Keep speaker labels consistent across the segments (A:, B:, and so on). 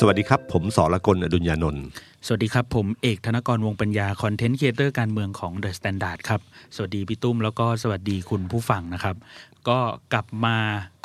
A: สวัสดีครับ ผมสอละคนอดุญญานนท์
B: สวัสดีครับ ผมเอกธนกรวงปัญญา คอนเทนต์ครีเอเตอร์การเมืองของ The Standard ครับ สวัสดีพี่ตุ้มแล้วก็สวัสดีคุณผู้ฟังนะครับ ก็กลับมา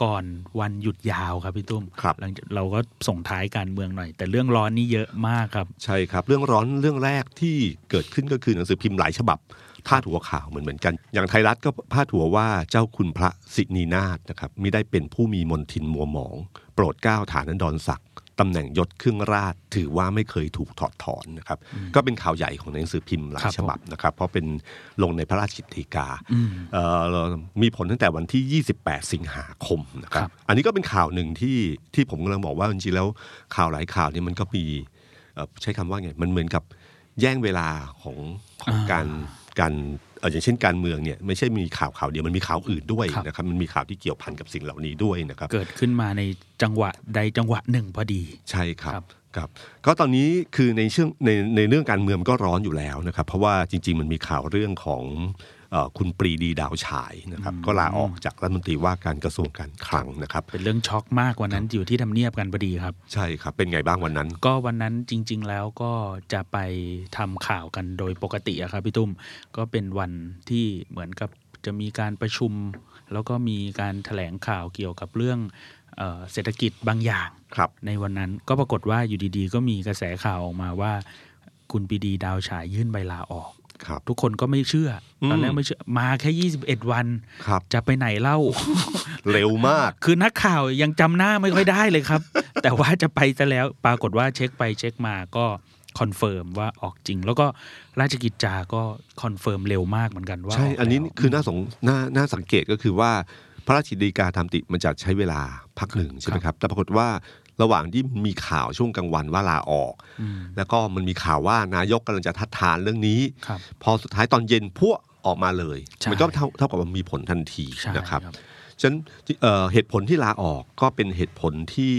B: ก่อนวันหยุดยาวครับพี่ตุ้ม
A: ครับ
B: หลังจากเราก็ส่งท้ายการเมืองหน่อย แต่เรื่องร้อนนี่เยอะมากครับ
A: ใช่ครับ เรื่องร้อนเรื่องแรกที่เกิดขึ้นก็คือหนังสือพิมพ์หลายฉบับพาดหัวข่าวเหมือนเหมือนกัน อย่างไทยรัฐก็พาดหัวว่าเจ้าคุณพระสินีนาถนะครับไม่ได้เป็นผู้มีมนทินมัวหมอง โปรดเกล้าฐานันดรศักดิ์ตำแหน่งยศเครื่องราช ถือว่าไม่เคยถูกถอดถอนนะครับก็เป็นข่าวใหญ่ของหนังสือพิมพ์หลา
B: ครั
A: ย
B: บผม
A: ฉบับนะครับเพราะเป็นลงในพระราชกิจกา
B: อืม
A: เอ่อมีผลตั้งแต่วันที่ 28 สิงหาคมนะครั
B: ครับ บ
A: อันนี้ก็เป็นข่าวหนึ่งที่ที่ผมกำลังบอกว่าจริงๆแล้วข่าวหลายข่าวเนี่ยมันก็มีเอ่อใช้คำว่าไง มันเหมือนกับแย่งเวลาของของการการเอ่ออย่างเช่นการเมืองเนี่ยไม่ใช่มีข่าวข่าวเดียวมันมีข่าวอื่นด้วยนะครับมันมีข่าวที่เกี่ยวพันกับสิ่งเหล่านี้ด้วยนะครับ
B: เกิดขึ้นมาในจังหวะใดจังหวะหนึ่งพอดี
A: ใช่ครับ
B: ครับ
A: ครับก็ตอนนี้คือในเชื่องในในเรื่องการเมืองก็ร้อนอยู่แล้วนะครับ เพราะว่าจริง ๆ มันมีข่าวเรื่องของเอ่อคุณปรีดีดาวฉายนะครับ ก็ลาออกจากรัฐมนตรีว่าการกระทรวงการคลังนะครับ
B: เป็นเรื่องช็อกมากวันนั้นอยู่ที่ทำเนียบกันพอดีครับ
A: ใช่ครับ เป็นไงบ้างวันนั้น
B: ก็วันนั้นจริง ๆ แล้วก็จะไปทำข่าวกันโดยปกติอะครับพี่ตุ้มก็เป็นวันที่เหมือนกับจะมีการประชุม แล้วก็มีการแถลงข่าวเกี่ยวกับเรื่องเอ่อเศรษฐกิจบางอย่าง
A: ครับ
B: ในวันนั้นก็ปรากฏว่าอยู่ดีๆ ก็มีกระแสข่าวออกมาว่า คุณปรีดีดาวฉายยื่นใบลาออก
A: ครับ
B: ทุกคนก็ไม่เชื่ออ
A: ม
B: ตอนแรกไม่เชื่อมาแค่ 21 วัน
A: ครับ
B: จะไปไหนเล่า
A: เร็วมาก
B: คือนักข่าวยังจำหน้าไม่ค่อยได้เลยครับ แต่ว่าจะไปซะแล้วปรากฏว่าเช็คไปเช็คมาก็คอนเฟิร์มว่าออกจริง แล้วก็ราชกิจจาก็คอนเฟิร์มเร็วมากเหมือนกันว่า
A: ใช่
B: กแล้ว
A: อันนี้คือน่าสงน่าน่าสังเกตก็คือว่าพระราชกิจฎีกาทำติมันจะใช้เวลาพักหนึ่งใช่ไหมครับ แต่ปรากฏว่าระหว่างที่มีข่าวช่วงกลางวันว่าลาออก
B: อืม
A: แล้วก็มันมีข่าวว่านายกกำลังจะทัดทานเรื่องนี้
B: ครับ
A: พอสุดท้ายตอนเย็นพวกออกมาเลย
B: ใช่
A: มัก็เท่าเท่ากับว่ามีผลทันที
B: ใช่
A: นะครับฉะนั้นเอ่อเหตุผลที่ลาออกก็เป็นเหตุผลที่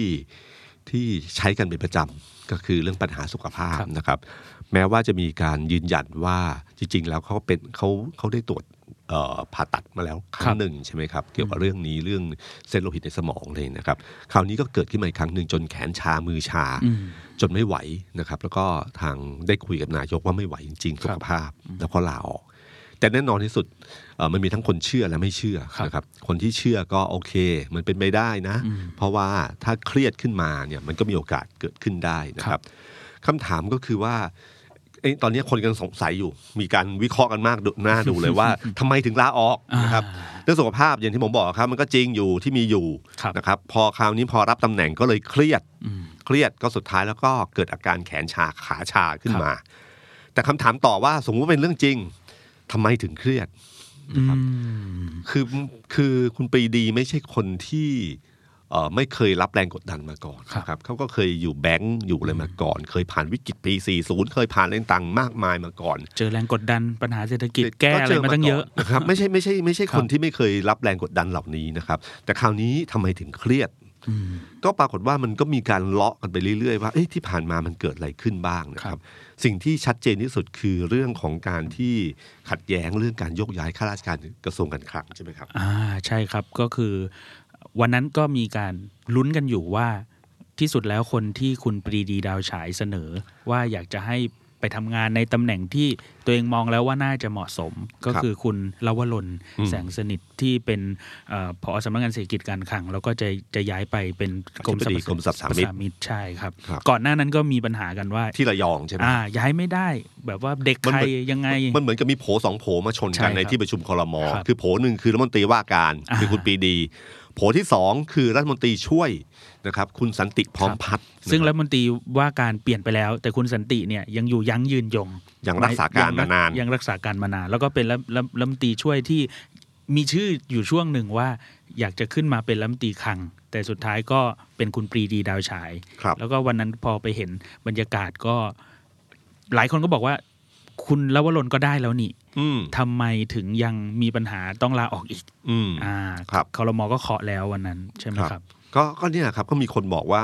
A: ที่ใช้กันเป็นประจำก็คือเรื่องปัญหาสุขภาพนะครับ แม้ว่าจะมีการยืนยันว่าจริง ๆ แล้วเขาเป็นเขาเขาได้ตรวจเอ่อผ่าตัดมาแล้วครั้งหนึ่งใช่ไหมครับ เกี่ยวกับเรื่องนี้เรื่องเส้นโลหิตในสมองเลยนะครับ คราวนี้ก็เกิดขึ้นมาอีกครั้งหนึ่งจนแขนชามือชา
B: อืม
A: จนไม่ไหวนะครับ แล้วก็ทางได้คุยกับนายกว่าไม่ไหวจริงๆสุขภาพ แล้วก็ลาออก แต่แน่นอนที่สุดเอ่อมันมีทั้งคนเชื่อและไม่เชื่อ
B: ครับ
A: นะครับ คนที่เชื่อก็โอเค มันเป็นไปได้นะ
B: อืม
A: เพราะว่าถ้าเครียดขึ้นมาเนี่ยมันก็มีโอกาสเกิดขึ้นได้นะค
B: ครั
A: รับบ คำถามก็คือว่าเอ้ยตอนนี้คนกำลังสงสัยอยู่ มีการวิเคราะห์กันมากดูหน้าดูเลย ว่า ทำไมถึงลาออกนะครับ
B: อ่า
A: เรื่องสุขภาพอย่างที่ผมบอกครับ มันก็จริงอยู่ที่มีอยู่
B: ครับ
A: นะครับ พอคราวนี้พอรับตำแหน่งก็เลยเครียด
B: อืม
A: เครียดก็สุดท้ายแล้วก็เกิดอาการแขนชาขาชาขึ้นมา แต่คำถามต่อว่าสมมุติว่าเป็นเรื่องจริงทำไมถึงเครียด คือคือคุณปรีดีไม่ใช่คนที่เอ่อไม่เคยรับแรงกดดันมาก่อน
B: ครับ
A: นะครับเขาก็เคยอยู่แบงก์อยู่อะไรมาก่อน เคยผ่านวิกฤตปี 40 เคยผ่านเรื่องต่างๆมากมายมาก่อน
B: เจอแรงกดดันปัญหาเศรษฐกิจแก้อะไรมาตั้งเยอะ
A: ก็จมาก่นนะครับไม่ใช่ไม่ใช่ไม่ใช่
B: ครับ
A: คนที่ไม่เคยรับแรงกดดันเหล่านี้นะครับ แต่คราวนี้ทำไมถึงเครียด
B: อืม
A: ก็ปรากฏว่ามันก็มีการเลาะกันไปเรื่อยๆว่าเอ๊ะที่ผ่านมามันเกิดอะไรขึ้นบ้างนะค
B: ครั
A: รับ
B: บ
A: สิ่งที่ชัดเจนที่สุดคือเรื่องของการที่ขัดแย้งเรื่องการโยกย้ายข้าราชการกระทรวงการคลังใช่ไหมครับ
B: อ่าใช่ครับก็คือวันนั้นก็มีการลุ้นกันอยู่ว่าที่สุดแล้วคนที่คุณปรีดีดาวฉายเสนอ ว่าอยากจะให้ไปทำงานในตำแหน่งที่ตัวเองมองแล้วว่าน่าจะเหมาะสม ก็คือคุณลวรน
A: อืม
B: แสงสนิทที่เป็นเออผอสำนักงานเศรษฐกิจการคลังแล้วก็จะจะย้ายไปเป็นกรมสรรพ
A: กรมสรรพสามิต
B: สามิตใช่ครับ
A: ครับ
B: ก่อนหน้านั้นก็มีปัญหากันว่า
A: ที่ระยองใช่ไหม
B: อ่าย้ายไม่ได้ แบบว่าเด็ก
A: มัน
B: ไท
A: เหมื
B: ย
A: อน
B: ยังไง
A: มันเหมือนกับมีโผสองโผมาชน
B: ใช่
A: กั
B: ครั
A: น
B: บ
A: ในที่ประชุมคอรมอ
B: ครับ
A: คือโผหนึ่งคือรัฐมนตรีว่าการ
B: อ่า
A: คือคุณปรีดี โผที่สองคือรัฐมนตรีช่วยนะครับ คุณสันติพร้อม
B: ครับ
A: พัฒน์
B: ซึ่ง
A: นะค
B: รั
A: รับ
B: ฐมนตรีว่าการเปลี่ยนไปแล้ว แต่คุณสันติเนี่ยยังอยู่ยั้งยืนยง
A: ยังรักษาการมานาน
B: ยังรักษาการมานาน แล้วก็เป็นรัฐรัฐรัฐมนตรีช่วยที่มีชื่ออยู่ช่วงหนึ่งว่า อยากจะขึ้นมาเป็นรัฐมนตรีคลัง แต่สุดท้ายก็เป็นคุณปรีดีดาวฉาย
A: ครับ
B: แล้วก็วันนั้นพอไปเห็นบรรยากาศก็ หลายคนก็บอกว่า คุณลวรนก็ได้แล้วนี่
A: อืม
B: ทำไมถึงยังมีปัญหาต้องลาออกอีก
A: อืม
B: อ่า
A: ครับ
B: คอรมอก็เคาะแล้ววันนั้นใช่ไหม
A: ครับ
B: ครับ
A: ก็ก็เนี่ยครับก็มีคนบอกว่า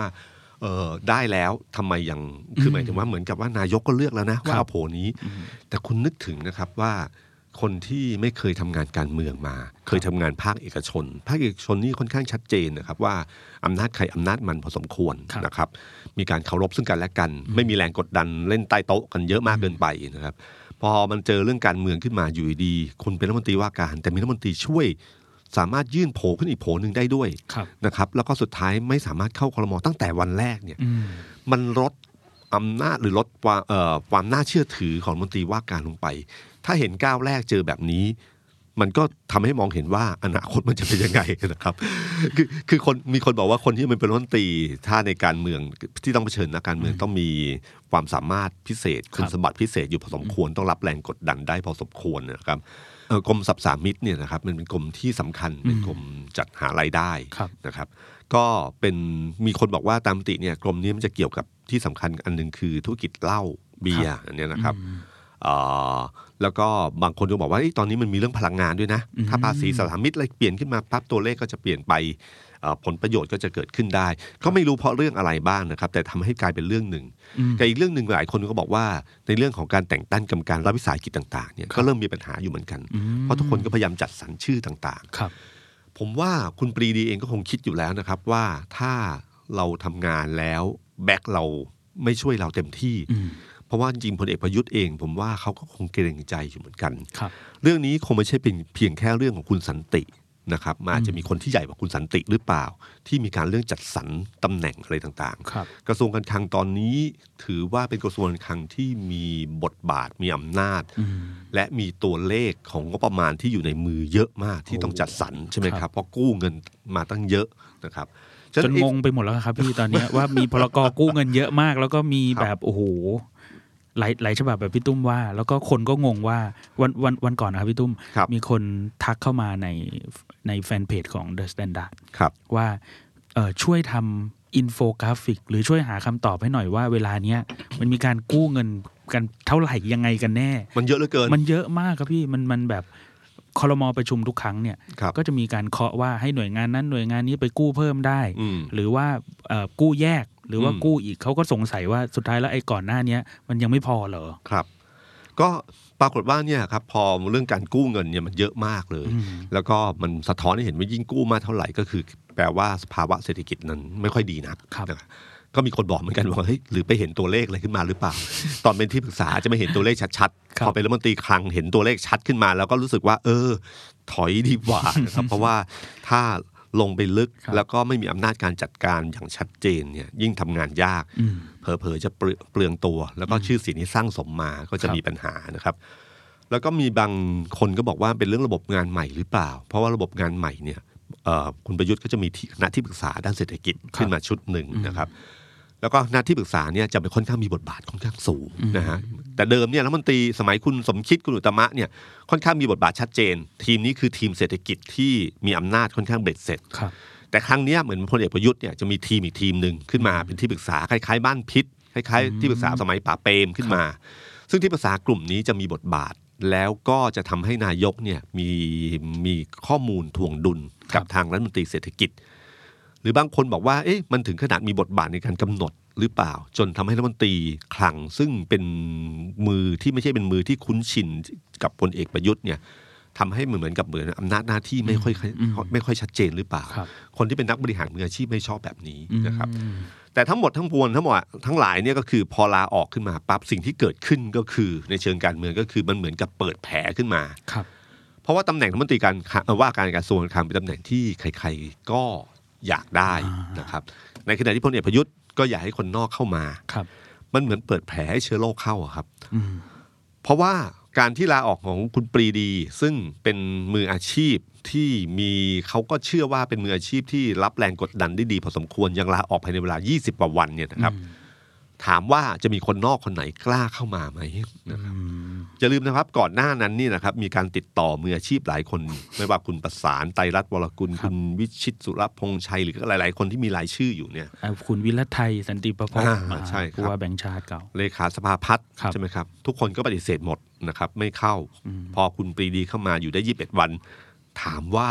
A: เออได้แล้วทำไมยังคือหมายถึงว่าเหมือนกับว่านายกก็เลือกแล้วนะว่าเอาโผล่นี้ แต่คุณนึกถึงนะครับว่าคนที่ไม่เคยทำงานการเมืองมา เคยทำงานภาคเอกชน ภาคเอกชนนี่ค่อนข้างชัดเจนนะครับว่าอำนาจใครอำนาจมันพอสมควร
B: ครับ
A: นะครับ มีการเคารพซึ่งกันและกัน ไม่มีแรงกดดันเล่นใต้โต๊ะกันเยอะมากเกินไปนะครับ พอมันเจอเรื่องการเมืองขึ้นมาอยู่ดีๆคุณเป็นรัฐมนตรีว่าการ แต่มีรัฐมนตรีช่วย สามารถยื่นโผล่ขึ้นอีกโผล่หนึ่งได้ด้วย
B: ครับ
A: นะครับแล้วก็สุดท้ายไม่สามารถเข้าครมตั้งแต่วันแรกเนี่ย
B: อืม
A: มันลดอำนาจหรือลดความเอ่อความน่าเชื่อถือของรัฐมนตรีว่าการลงไป ถ้าเห็นก้าวแรกเจอแบบนี้ มันก็ทำให้มองเห็นว่าอนาคตมันจะเป็นยังไงนะครับ คือคือคนมีคนบอกว่าคนที่มันเป็นรัฐมนตรีถ้าในการเมืองที่ต้องเผชิญนะการเมืองต้องมีความสามารถพิเศษคุณ
B: ครับ
A: สมบัติพิเศษอยู่พอสมควรต้องรับแรงกดดันได้พอสมควรนะครับเอ่อกรมสรรพสามิตเนี่ยนะครับมันเป็นกรมที่สำคัญเป็นกรมจัดหารายได้
B: ครับ
A: นะครับก็เป็นมีคนบอกว่าตามปกติเนี่ยกรมนี้มันจะเกี่ยวกับที่สำคัญอันหนึ่งคือธุรกิจเหล้าเบียร์อันเนี้ยนะครับเอ่อแล้วก็บางคนก็บอกว่าเอ้ยตอนนี้มันมีเรื่องพลังงานด้วยนะ ถ้าภาษีสรรพสามิตอะไรเปลี่ยนขึ้นมาปั๊บตัวเลขก็จะเปลี่ยนไปเอ่อผลประโยชน์ก็จะเกิดขึ้นได้ ก็ไม่รู้เพราะเรื่องอะไรบ้างนะครับ แต่ทำให้กลายเป็นเรื่องหนึ่งกับอีกเรื่องหนึ่งหลายคนก็บอกว่าในเรื่องของการแต่งตั้งกรรมการรับวิสาหกิจต่างๆเนี่ยก็เริ่มมีปัญหาอยู่เหมือนกัน เพราะทุกคนก็พยายามจัดสรรชื่อต่างๆ
B: ครับ
A: ผมว่าคุณปรีดีเองก็คงคิดอยู่แล้วนะครับว่าถ้าเราทำงานแล้วแบ็คเราไม่ช่วยเราเต็มที่
B: อืม
A: เพราะว่าจริงๆพลเอกประยุทธ์เอง ผมว่าเขาก็คงเกรงใจอยู่เหมือนกัน
B: ครับ
A: เรื่องนี้คงไม่ใช่เป็นเพียงแค่เรื่องของคุณสันตินะครับมันอาจจะมีคนที่ใหญ่กว่าคุณสันติหรือเปล่า ที่มีการเรื่องจัดสรรตำแหน่งอะไรต่าง
B: ครับ
A: ๆ กระทรวงการคลังตอนนี้ถือว่าเป็นกระทรวงการคลังที่มีบทบาทมีอำนาจ
B: อืม
A: และมีตัวเลขของงบประมาณที่อยู่ในมือเยอะมากที่ต้องจัดสรรใช่ไหม
B: ครับ
A: ครับเพราะกู้เงินมาตั้งเยอะนะครับฉะ
B: จน
A: ไอ้
B: งงไปหมดแล้วครับพี่ตอนเนี้ย ว่ามีพลกรกู้เงินเยอะมาก แล้วก็มีแบบโอ้โหหลายหลายฉบับแบบพี่ตุ้มว่า แล้วก็คนก็งงว่าวันวันวันก่อนนะครับพี่ตุ้ม
A: ครับ
B: มีคนทักเข้ามาในในแฟนเพจของ The Standard
A: ครับ
B: ว่าเอ่อช่วยทำอินโฟกราฟิก หรือช่วยหาคำตอบให้หน่อยว่าเวลาเนี้ยมันมีการกู้เงินกันเท่าไหร่ยังไงกันแน่
A: มันเยอะเหลือเกิน
B: มันเยอะมากครับพี่มันมันแบบคอรมอประชุมทุกครั้งเนี่ย
A: ครับ
B: ก็จะมีการเคาะว่าให้หน่วยงานนั้นหน่วยงานนี้ไปกู้เพิ่มได้
A: อืม
B: หรือว่าเอ่อกู้แยกหรือว่า
A: อืม
B: กู้อีกเขาก็สงสัยว่าสุดท้ายแล้วไอ้ก่อนหน้าเนี้ยมันยังไม่พอเหรอ
A: ครับ ก็ปรากฏว่าเนี่ยครับพอเรื่องการกู้เงินเนี่ยมันเยอะมากเลย
B: อืม
A: แล้วก็มันสะท้อนให้เห็นว่ายิ่งกู้มากเท่าไหร่ก็คือ แปลว่าสภาวะเศรษฐกิจนั้นไม่ค่อยดีนัก
B: ครับ
A: นะก็มีคนบอกเหมือนกันว่าเฮ้ยหรือไปเห็นตัวเลขอะไรขึ้นมาหรือเปล่า ตอนเป็นที่ปรึกษาอาจจะไม่เห็นตัวเลขชัด
B: ครั
A: ๆ
B: บ
A: พอเป็นรัฐมนตรีคลังเห็นตัวเลขชัดขึ้นมา แล้วก็รู้สึกว่า เออ ถอยดีกว่านะครับ เพราะว่าถ้าลงไปลึกแล้วก็ไม่มีอำนาจการจัดการอย่างชัดเจนเนี่ยยิ่งทำงานยาก
B: อืม
A: เผลอๆจะเปลือเปลืองตัว แล้วก็ชื่อเสียงที่สร้างสมมาก็จะ
B: ครับ
A: มีปัญหานะครับ แล้วก็มีบางคนก็บอกว่าเป็นเรื่องระบบงานใหม่หรือเปล่า เพราะว่าระบบงานใหม่เนี่ยเอ่อคุณประยุทธ์ก็จะมีที่คณะที่ปรึกษาด้านเศรษฐกิจ
B: ครับ
A: ขึ้นมาชุดหนึ่งนะครับ แล้วก็หน้าที่ปรึกษาเนี่ยจะเป็นค่อนข้างมีบทบาทค่อนข้างสูงนะฮะแต่เดิมเนี่ยรัฐมนตรีสมัยคุณสมคิดคุณอุตมะเนี่ยค่อนข้างมีบทบาทชัดเจน ทีมนี้คือทีมเศรษฐกิจที่มีอำนาจค่อนข้างเบ็ดเสร็จ
B: ครับ
A: แต่ครั้งเนี้ยเหมือนพลเอกประยุทธ์เนี่ยจะมีทีมอีกทีมหนึ่งขึ้นมาเป็นที่ปรึกษาคล้ายๆบ้านพิษคล้ายๆที่ปรึกษาสมัยป่าเปรมขึ้นมา ซึ่งที่ปรึกษากลุ่มนี้จะมีบทบาท แล้วก็จะทำให้นายกเนี่ยมีมีข้อมูลถ่วงดุล
B: ค
A: กั
B: รั
A: บบ ทางรัฐมนตรีเศรษฐกิจ หรือบางคนบอกว่าเอ๊ะมันถึงขนาดมีบทบาทในการกำหนดหรือเปล่า จนทำให้รัฐมนตรีคลังซึ่งเป็นมือที่ไม่ใช่เป็นมือที่คุ้นชินกับพลเอกประยุทธ์เนี่ยทำให้เหมือนกับเหมือนอำนาจหน้าที่ไม่ค่อยไม่ค่อยชัดเจนหรือเปล่า
B: ครับ
A: คนที่เป็นนักบริหารมืออาชีพไม่ชอบแบบนี้นะครับ
B: อืม
A: แต่ทั้งหมดทั้งปวงทั้งหมดทั้งหลายเนี่ยก็คือพอลาออกขึ้นมาปั๊บสิ่งที่เกิดขึ้นก็คือ ในเชิงการเมืองก็คือมันเหมือนกับเปิดแผลขึ้นมา
B: ครับ
A: เพราะว่าตำแหน่งรัฐมนตรีการคลังเอ่อว่าการกระทรวงการคลังเป็นตำแหน่งที่ใครๆก็อยากได้นะครับ ในขณะที่พลเอกประยุทธ์ก็อยากให้คนนอกเข้ามา
B: ครับ
A: มันเหมือนเปิดแผลให้เชื้อโรคเข้าอะครับ
B: อืม
A: เพราะว่าการที่ลาออกของคุณปรีดี ซึ่งเป็นมืออาชีพที่มีเขาก็เชื่อว่าเป็นมืออาชีพที่รับแรงกดดันได้ดีพอสมควรยังลาออกภายในเวลา 20กว่าวันเนี่ยนะครับ ถามว่าจะมีคนนอกคนไหนกล้าเข้ามาไหมนะครับอย่าลืมนะครับก่อนหน้านั้นนี่นะครับมีการติดต่อมืออาชีพหลายคน ไม่ว่าคุณประสานไตรรัตน์วรกุล คุณวิชิตสุรพงษ์ชัยหรือก็หลาย ๆ คนที่มีรายชื่ออยู่เนี่ย
B: อ่าคุณวิรัตไทยสันติประพง
A: อ่า
B: ศ์
A: ใช่ครับ
B: ผู้ว่าแบงค์ชาติเก่า
A: เลขาสภาพัฒน์
B: ครับ
A: ใช่ไหมครับ ทุกคนก็ปฏิเสธหมดนะครับ ไม่เข้า พอคุณปรีดีเข้ามาอยู่ได้ 21 วัน ถามว่า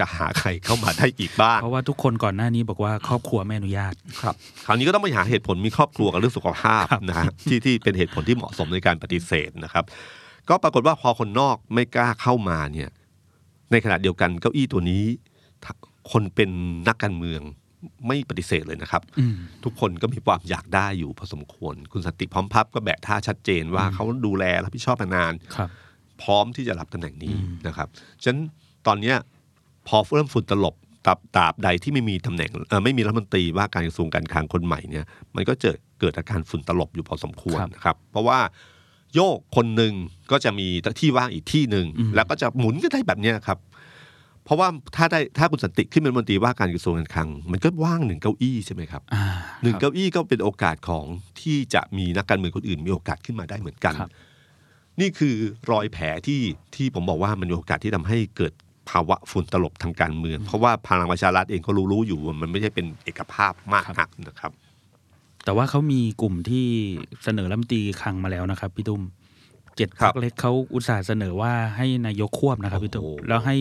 A: จะหาใครเข้ามาได้อีกบ้าง
B: เพราะว่าทุกคนก่อนหน้านี้บอกว่าครอบครัวไม่อนุญาต
A: ครับคราวนี้ก็ต้องไปหาเหตุผลมีครอบครัวกับเรื่องสุขภาพนะฮะที่ที่เป็นเหตุผลที่เหมาะสมในการปฏิเสธนะครับ ก็ปรากฏว่าพอคนนอกไม่กล้าเข้ามาเนี่ยในขณะเดียวกันเก้าอี้ตัวนี้ถ้าคนเป็นนักการเมืองไม่ปฏิเสธเลยนะครับ
B: อืม
A: ทุกคนก็มีความอยากได้อยู่พอสมควร คุณสันติพร้อมพับก็แบะท่าชัดเจนว่าเขาดูแลรับผิดชอบมานาน
B: ครับ
A: พร้อมที่จะรับตำแหน่งนี้นะครับฉะนั้นตอนเนี้ยพอเริ่มฝุ่นตลบตราบตราบใดที่ไม่มีตำแหน่งเอ่อไม่มีรัฐมนตรีว่าการกระทรวงการคลังคนใหม่เนี่ยมันก็เจอเกิดอาการฝุ่นตลบอยู่พอสมควร
B: ครับ
A: นะครับ เพราะว่าโยกคนหนึ่งก็จะมีที่ว่างอีกที่หนึ่ง
B: อืม
A: แล้วก็จะหมุนก็ได้แบบเนี้ยครับ เพราะว่าถ้าได้ถ้าคุณสันติขึ้นเป็นรัฐมนตรีว่าการกระทรวงการคลัง มันก็ว่างหนึ่งเก้าอี้ใช่ไหมครับ
B: อ่า
A: หนึ่ง
B: ครับ
A: เก้าอี้ก็เป็นโอกาสของที่จะมีนักการเมืองคนอื่นมีโอกาสขึ้นมาได้เหมือนกัน
B: ครับ
A: นี่คือรอยแผลที่ที่ผมบอกว่ามันมีโอกาสที่ทำให้เกิดภาวะฝุ่นตลบทางการเมือง เพราะว่าพลังประชารัฐเองก็รู้รู้ๆอยู่ว่ามันไม่ใช่เป็นเอกภาพมากนักนะครับ
B: แต่ว่าเขามีกลุ่มที่เสนอรัฐมนตรีคลังมาแล้วนะครับพี่ตุ้มเจ็ด
A: ครั
B: พั
A: บ
B: กเล็กเขาอุตส่าห์เสนอว่าให้นายกควบนะครับพี่ตุ้ม
A: โอ้โห
B: แล้วให้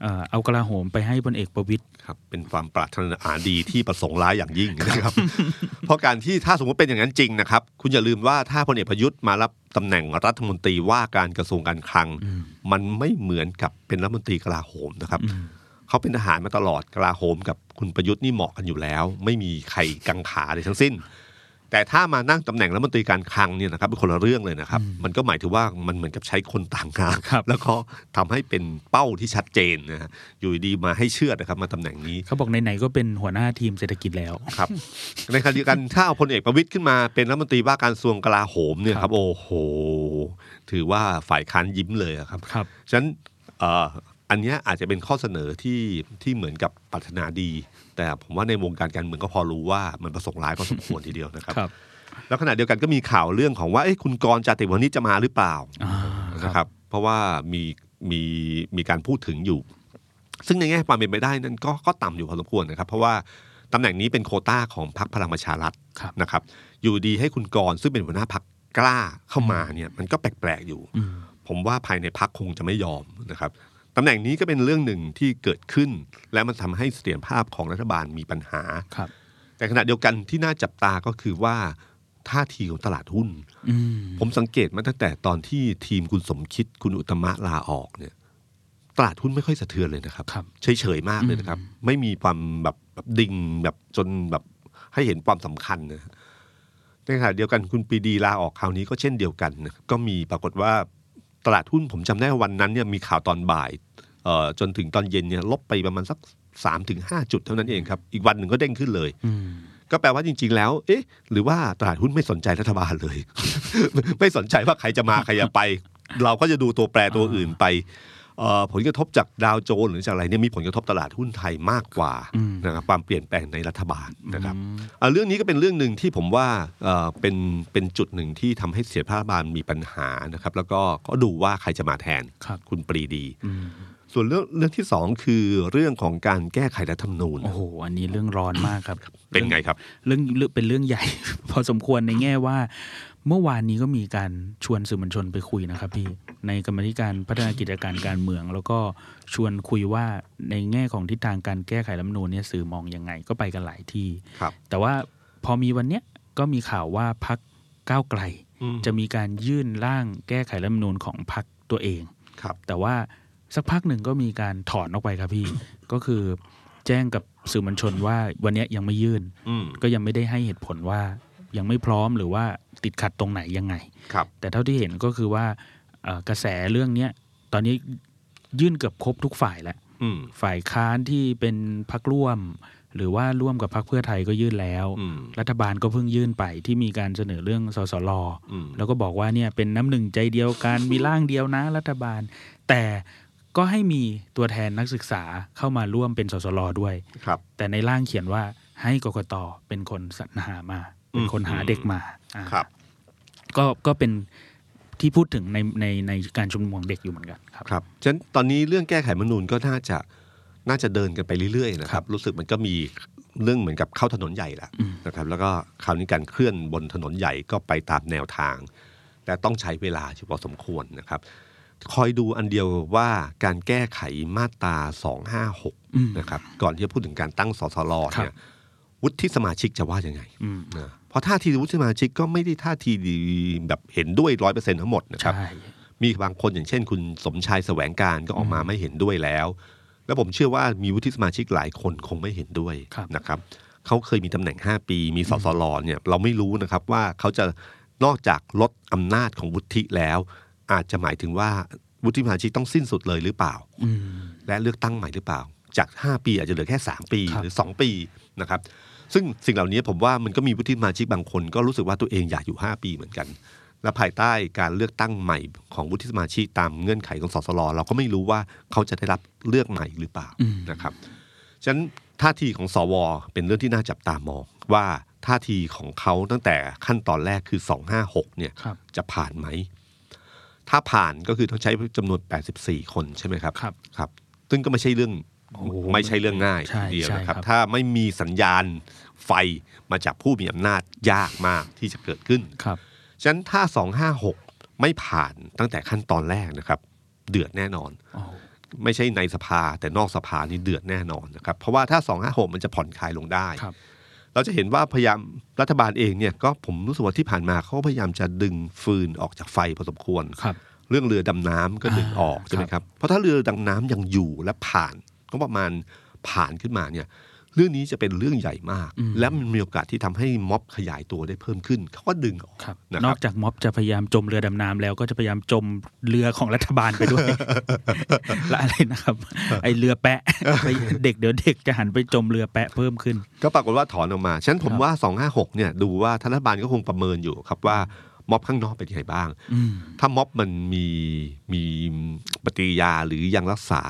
B: เอ่อเอากระโหมไปให้พลเอกประวิตย
A: ครับเป็นความปรารถนาดีที่ประสงค์ร้ายอย่างยิ่งนะครับ เพราะการที่ถ้าสมมติเป็นอย่างนั้นจริงนะครับ คุณอย่าลืมว่าถ้าพลเอกประยุทธ์มารับตำแหน่งรัฐมนตรีว่าการกระทรวงการคลัง มันไม่เหมือนกับเป็นรัฐมนตรีกลาโหมนะครับ เขาเป็นทหารมาตลอดกลาโหมกับคุณประยุทธ์นี่เหมาะกันอยู่แล้ว ไม่มีใครกังขาเลยทั้งสิ้น แต่ถ้ามานั่งตำแหน่งรัฐมนตรีการคลังเนี่ยนะครับเป็นคนละเรื่องเลยนะครับ มันก็หมายถึงว่ามันเหมือนกับใช้คนต่างงาน
B: ครับ
A: แล้วก็ทำให้เป็นเป้าที่ชัดเจนนะฮะอยู่ดีๆมาให้เชื่อดนะครับมาตำแหน่งนี้
B: เขาบอกไหนๆก็เป็นหัวหน้าทีมเศรษฐกิจแล้ว
A: ครับ ในขณะเดียวกันถ้าเอาพลเอกประวิตยขึ้นมาเป็นรัฐมนตรีว่าการกระทรวงกลาโหมเนี่ยครับโอ้โห ถือว่าฝ่ายค้านยิ้มเลยอะครับ
B: ครับ
A: ฉะนั้นเอ่ออันเนี้ยอาจจะเป็นข้อเสนอที่ที่เหมือนกับปรารถนาดี แต่ผมว่าในวงการการเมืองก็พอรู้ว่ามันประสงค์ร้ายพอสมควรทีเดียวนะครับ
B: ครับ
A: แล้วขณะเดียวกันก็มีข่าวเรื่องของว่าเอ้คุณกรณ์จาติวานิชจะมาหรือเปล่า
B: อ่าครับ
A: นะครับ เพราะว่ามีมีมีการพูดถึงอยู่ ซึ่งในแง่ความเป็นไปได้นั่นก็ก็ต่ำอยู่พอสมควรนะครับ เพราะว่าตำแหน่งนี้เป็นโควต้าของพรรคพลังประชารัฐ
B: ครับ
A: นะครับ อยู่ดีให้คุณกรณ์ซึ่งเป็นหัวหน้าพรรคกล้าเข้ามาเนี่ยมันก็แปลกๆอยู่
B: อืม
A: ผมว่าภายในพักคงจะไม่ยอมนะครับตำแหน่งนี้ก็เป็นเรื่องหนึ่งที่เกิดขึ้น และมันทำให้เสถียรภาพของรัฐบาลมีปัญหา
B: ครับ
A: แต่ขณะเดียวกันที่น่าจับตาก็คือว่าท่าทีของตลาดหุ้น
B: อืม
A: ผมสังเกตมาตั้งแต่ตอนที่ทีมคุณสมคิดคุณอุตมะลาออกเนี่ยตลาดหุ้นไม่ค่อยสะเทือนเลยนะครับ
B: ครับ
A: เฉยๆมากเลยนะครับ ไม่มีความแบบแบบดิ่งแบบจนแบบให้เห็นความสำคัญนะฮะในขณะเดียวกันคุณปรีดีลาออกคราวนี้ก็เช่นเดียวกันนะก็มีปรากฏว่าตลาดหุ้นผมจำได้ว่าวันนั้นเนี่ยมีข่าวตอนบ่ายเอ่อจนถึงตอนเย็นเนี่ยลบไปประมาณสักสามถึงห้าจุดเท่านั้นเองครับอีกวันหนึ่งก็เด้งขึ้นเลย
B: อืม
A: ก็แปลว่าจริง ๆ แล้ว เอ๊ะ หรือว่าตลาดหุ้นไม่สนใจรัฐบาลเลย ไม่สนใจว่าใครจะมาใครจะไป เราก็จะดูตัวแปรตัวอื่นไปเอ่อผลกระทบจากดาวโจนส์หรือจากอะไรเนี่ยมีผลกระทบตลาดหุ้นไทยมากกว่า
B: อืม
A: นะครับความเปลี่ยนแปลงในรัฐบาลนะครับอ่ะเรื่องนี้ก็เป็นเรื่องหนึ่งที่ผมว่าเอ่อเป็นเป็นจุดหนึ่งที่ทำให้เสียภาพบาลมีปัญหานะครับ แล้วก็ก็ดูว่าใครจะมาแทน
B: ครับ
A: คุณปรีดี
B: อืม
A: ส่วนเรื่องเรื่องที่สองคือเรื่องของการแก้ไขรัฐธรรมนูญ
B: โอ้โห อันนี้เรื่องร้อนมากครับ
A: เป็นไงครับ
B: เรื่องเรื่องเป็นเรื่องใหญ่ พอสมควรในแง่ว่า เมื่อวานนี้ก็มีการชวนสื่อมวลชนไปคุยนะครับพี่ในกรรมาธิการพัฒนากิจการการเมือง แล้วก็ชวนคุยว่าในแง่ของทิศทางการแก้ไขรัฐธรรมนูญเนี่ยสื่อมองยังไงก็ไปกันหลายที่
A: ครับ
B: แต่ว่าพอมีวันเนี้ยก็มีข่าวว่าพักก้าวไกล
A: อืม
B: จะมีการยื่นร่างแก้ไขรัฐธรรมนูญของพักตัวเอง
A: ครับ
B: แต่ว่าสักพักหนึ่งก็มีการถอนออกไปครับพี่ ก็คือแจ้งกับสื่อมวลชนว่าวันเนี้ยยังไม่ยื่น
A: อืม
B: ก็ยังไม่ได้ให้เหตุผลว่ายังไม่พร้อมหรือว่าติดขัดตรงไหนยังไง
A: ครับ
B: แต่เท่าที่เห็นก็คือว่าเอ่อกระแสเรื่องเนี้ยตอนนี้ยื่นเกือบครบทุกฝ่ายแล้ว
A: อืม
B: ฝ่ายค้านที่เป็นพักร่วม หรือว่าร่วมกับพักเพื่อไทยก็ยื่นแล้ว
A: อืม
B: รัฐบาลก็เพิ่งยื่นไปที่มีการเสนอเรื่องสสล
A: อืม
B: แล้วก็บอกว่าเนี่ยเป็นน้ำหนึ่งใจเดียวกัน มีร่างเดียวนะ รัฐบาล แต่ก็ให้มีตัวแทนนักศึกษาเข้ามาร่วมเป็นสสลด้วย
A: ครับ
B: แต่ในร่างเขียนว่าให้กกตเป็นคนสรรหามา เป็นคนหาเด็กมาอ่า
A: ครับ
B: ก็ก็เป็นที่พูดถึงในในในการชุมนุมของเด็กอยู่เหมือนกันครับ
A: ครับ ฉะนั้นตอนนี้เรื่องแก้ไขรัฐธรรมนูญก็น่าจะน่าจะเดินกันไปเรื่อยๆนะครับ รู้สึกมันก็มีเรื่องเหมือนกับเข้าถนนใหญ่ละ
B: อืม
A: นะครับ แล้วก็คราวนี้การเคลื่อนบนถนนใหญ่ก็ไปตามแนวทาง แต่ต้องใช้เวลาอยู่พอสมควรนะครับ คอยดูอันเดียวว่าการแก้ไขมาตรา
B: อืม
A: 256 นะครับ ก่อนที่จะพูดถึงการตั้งสสล
B: ครับ
A: เนี่ยวุฒิสมาชิกจะว่ายังไง
B: อืม
A: นะเพราะท่าทีวุฒิสมาชิกก็ไม่ได้ท่าทีดีแบบเห็นด้วยร้อยเปอร์เซ็นทั้งหมดนะครับ
B: ใช่
A: มีบางคนอย่างเช่น คุณสมชายแสวงการก็ออกมาไม่เห็นด้วยแล้ว แล้วผมเชื่อว่ามีวุฒิสมาชิกหลายคนคงไม่เห็นด้วย
B: ครับ
A: นะครับเขาเคยมีตำแหน่ง 5 ปี มีสสลเนี่ยเราไม่รู้นะครับว่าเขาจะนอกจากลดอำนาจของวุฒิแล้ว อาจจะหมายถึงว่าวุฒิสมาชิกต้องสิ้นสุดเลยหรือเปล่า
B: อืม
A: และเลือกตั้งใหม่หรือเปล่า จาก 5 ปีอาจจะเหลือแค่ 3 ปี
B: ครับ
A: หรือ 2 ปีนะครับ ซึ่งสิ่งเหล่านี้ผมว่ามันก็มีวุฒิสมาชิกบางคน ก็รู้สึกว่าตัวเองอยากอยู่ 5 ปีเหมือนกัน และภายใต้การเลือกตั้งใหม่ของวุฒิสมาชิกตามเงื่อนไขของสสลเราก็ไม่รู้ว่าเขาจะได้รับเลือกใหม่หรือเปล่านะครับฉะนั้นท่าทีของสวเป็นเรื่องที่น่าจับตามองว่าท่าทีของเขาตั้งแต่ขั้นตอนแรกคือ 256เนี่ย
B: ครับ
A: จะผ่านไหม ถ้าผ่านก็คือต้องใช้จำนวน 84 คนใช่ไหมครับ
B: ครับ
A: ครับซึ่งก็ไม่ใช่เรื่อง
B: โอ้โห
A: ไม่ใช่เรื่องง่าย
B: ใช่
A: ทีเดียวนะครับ
B: ใช่ครับ
A: ถ้าไม่มีสัญญาณไฟมาจากผู้มีอำนาจยากมากที่จะเกิดขึ้น
B: ครับ
A: ฉะนั้นถ้า 256 ไม่ผ่านตั้งแต่ขั้นตอนแรกนะครับ เดือดแน่นอน
B: โอ้
A: ไม่ใช่ในสภาแต่นอกสภานี่เดือดแน่นอนนะครับ เพราะว่าถ้า 256 มันจะผ่อนคลายลงได้
B: ครับ
A: เราจะเห็นว่าพยายามรัฐบาลเองเนี่ยก็ผมรู้สึกว่าที่ผ่านมาเขาก็พยายามจะดึงฟืนออกจากไฟพอสมควร
B: ครับ
A: เรื่องเรือดำน้ำก็ดึงออก
B: อ่า
A: ใช่ไหมครับ เพราะถ้าเรือดำน้ำยังอยู่และผ่านก็ประมาณผ่านขึ้นมาเนี่ยเรื่องนี้จะเป็นเรื่องใหญ่มาก และมันมีโอกาสที่ทำให้ม็อบขยายตัวได้เพิ่มขึ้น เขาก็ดึงออก
B: ครับ
A: นะ
B: น
A: ค
B: อ
A: รั
B: ก
A: บ
B: จากม็อบจะพยายามจมเรือดำน้ำแล้วก็จะพยายามจมเรือของรัฐบาลไป ด้วย และอะไรนะครับ ไอเรือแป ะไปเด็กเดี๋ยวเด็กจะหันไปจมเรือแปะเพิ่มขึ้น
A: ก็ปรากฏว่าถอนออกมา ฉะนั้นผมว่า 256เนี่ยดูว่าทางรัฐบาลก็คงประเมินอยู่ครับว่าม็อบข้างนอกเป็นยังไงบ้าง
B: อืม
A: ถ้าม็อบมันมีมีปฏิกิริยาหรือยังรักษา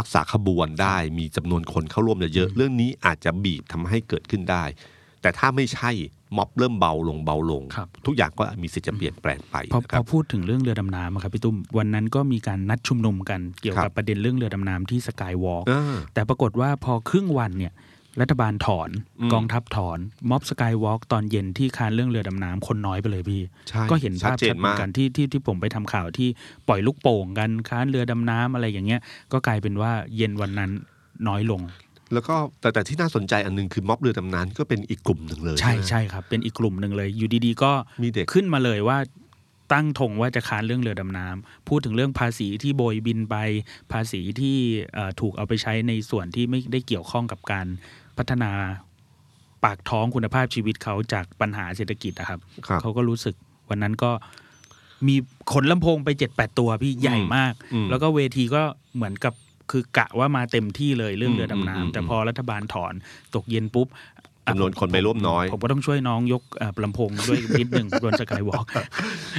A: รักษาขบวนได้ มีจำนวนคนเข้าร่วมเยอะๆเรื่องนี้อาจจะบีบทำให้เกิดขึ้นได้ แต่ถ้าไม่ใช่ม็อบเริ่มเบาลงเบาลง
B: ครับ
A: ทุกอย่างก็มีสิทธิ์จะเปลี่ยนแปลงไป
B: พอ
A: นะ
B: พ
A: ครั
B: อบ พูดถึงเรื่องเรือดำน้ำอะครับพี่ตุ้มวันนั้นก็มีการนัดชุมนุมกันเกี่ยว
A: ค
B: กั
A: รั
B: บบ ประเด็นเรื่องเรือดำน้ำที่สกายวอล์ก
A: เออ
B: แต่ปรากฏว่าพอครึ่งวันเนี่ยรัฐบาลถอน
A: อืม
B: กองทัพถอน ม็อบสกายวอล์กตอนเย็นที่คานเรื่องเรือดำน้ำคนน้อยไปเลยพี่
A: ใช่
B: ก็เห็นภา
A: ชั
B: พ
A: ดเจน
B: หมือ
A: มาก
B: กันที่ที่ที่ผมไปทำข่าวที่ปล่อยลูกโป่งกันคานเรือดำน้ำอะไรอย่างเงี้ย ก็กลายเป็นว่าเย็นวันนั้นน้อยลง
A: แล้วก็แต่แต่ที่น่าสนใจอันหนึงคือม็อบเรือดำน้ำก็เป็นอีกกลุ่มหนึ่งเลย
B: ใช่
A: นะ
B: ใช่ครับ เป็นอีกกลุ่มหนึ่งเลย อยู่ดีๆ ก็
A: มีเด็ก
B: ขึ้นมาเลยว่าตั้งธงว่าจะค้านเรื่องเรือดำน้ำพูดถึงเรื่องภาษีที่โบยบินไป ภาษีที่เอ่อถูกเอาไปใช้ในส่วนที่ไม่ได้เกี่ยวข้องกับการพัฒนาปากท้องคุณภาพชีวิตเขาจากปัญหาเศรษฐกิจนะครับ
A: ครับ
B: เขาก็รู้สึกวันนั้นก็มีขนลำโพงไปเจ็ดแปดตัวพี่ใหญ่มาก
A: อืม
B: แล้วก็เวทีก็เหมือนกับคือกะว่ามาเต็มที่เลยเรื่องเรือดำ
A: อืมอืม
B: น้ำแต่พอรัฐบาลถอนตกเย็นปุ๊บอ่ะ
A: จำนวนคนไปร่วมน้อย
B: ผมก็ต้องช่วยน้องยกเอ่อลำโพงด้วย นิดหนึ่งบนสกายว อล์ก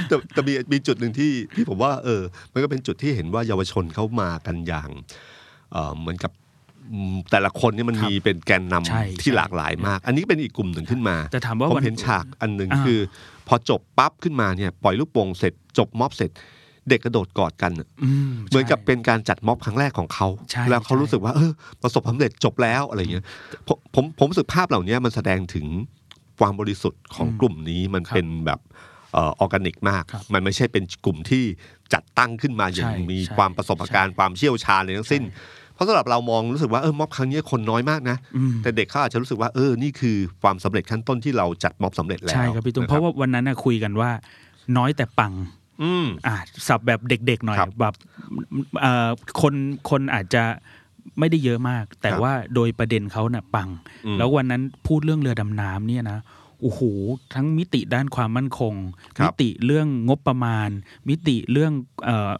A: แต่แต่มีมีจุดหนึ่งที่ที่ผมว่าเออ มันก็เป็นจุดที่เห็นว่าเยาวชนเข้ามากันอย่างเออเหมือนกับอืมแต่ละคนเนี่ยมัน
B: ครับ
A: มีเป็นแกนนำ
B: ใช่
A: ที่
B: ใช่
A: หลากหลายมาก อันนี้เป็นอีกกลุ่มหนึ่งขึ้นมา
B: แต่ถามว่า
A: ผ
B: วั
A: ม
B: น
A: เห็นฉากอันหนึ่ง
B: อ่า
A: คือ พอจบปั๊บขึ้นมาเนี่ยปล่อยลูกโป่งเสร็จ จบม็อบเสร็จ เด็กกระโดดกอดกันอะ
B: อืม
A: เหมือนกับ
B: ใช่
A: เป็นการจัดม็อบครั้งแรกของเขา
B: ใช่
A: แล้วเขา
B: ใช่
A: รู้สึกว่าเออประสบความสำเร็จจบแล้วอะไรอย่างเงี้ยผมผมผมรู้สึกภาพเหล่านี้มันแสดงถึงความบริสุทธิ์ของกลุ่มนี้มัน
B: ครับ
A: เป็นแบบเออออร์แกนิกมาก
B: ครับ
A: มันไม่ใช่เป็นกลุ่มที่จัดตั้งขึ้นมาอย่าง
B: ใช่
A: มี
B: ใช่
A: ความประสบการณ์
B: ใช่
A: ความเชี่ยวชาญอะไรทั้งสิ้น
B: ใช่
A: เพราะสำหรับเรามองรู้สึกว่าเออม็อบครั้งนี้คนน้อยมากนะ
B: อืม
A: แต่เด็กเขาอาจจะรู้สึกว่าเออนี่คือความสำเร็จขั้นต้นที่เราจัดม็อบสำเร็จแล้ว
B: ใช่ครับพี่ตุ้ม
A: น
B: เพราะว่าวันนั้นน่ะคุยกันว่า น้อยแต่ปัง
A: อืม
B: อ่ะสับแบบเด็กๆหน่อย
A: ครับ
B: แบบเอ่อคนคนอาจจะไม่ได้เยอะมาก แต่
A: ครับ
B: ว่าโดยประเด็นเขาน่ะปัง
A: อืม
B: แล้ววันนั้นพูดเรื่องเรือดำน้ำเนี่ยนะโอ้โหทั้งมิติด้านความมั่นคง
A: ครับ
B: มิติเรื่องงบประมาณ มิติเรื่องเออ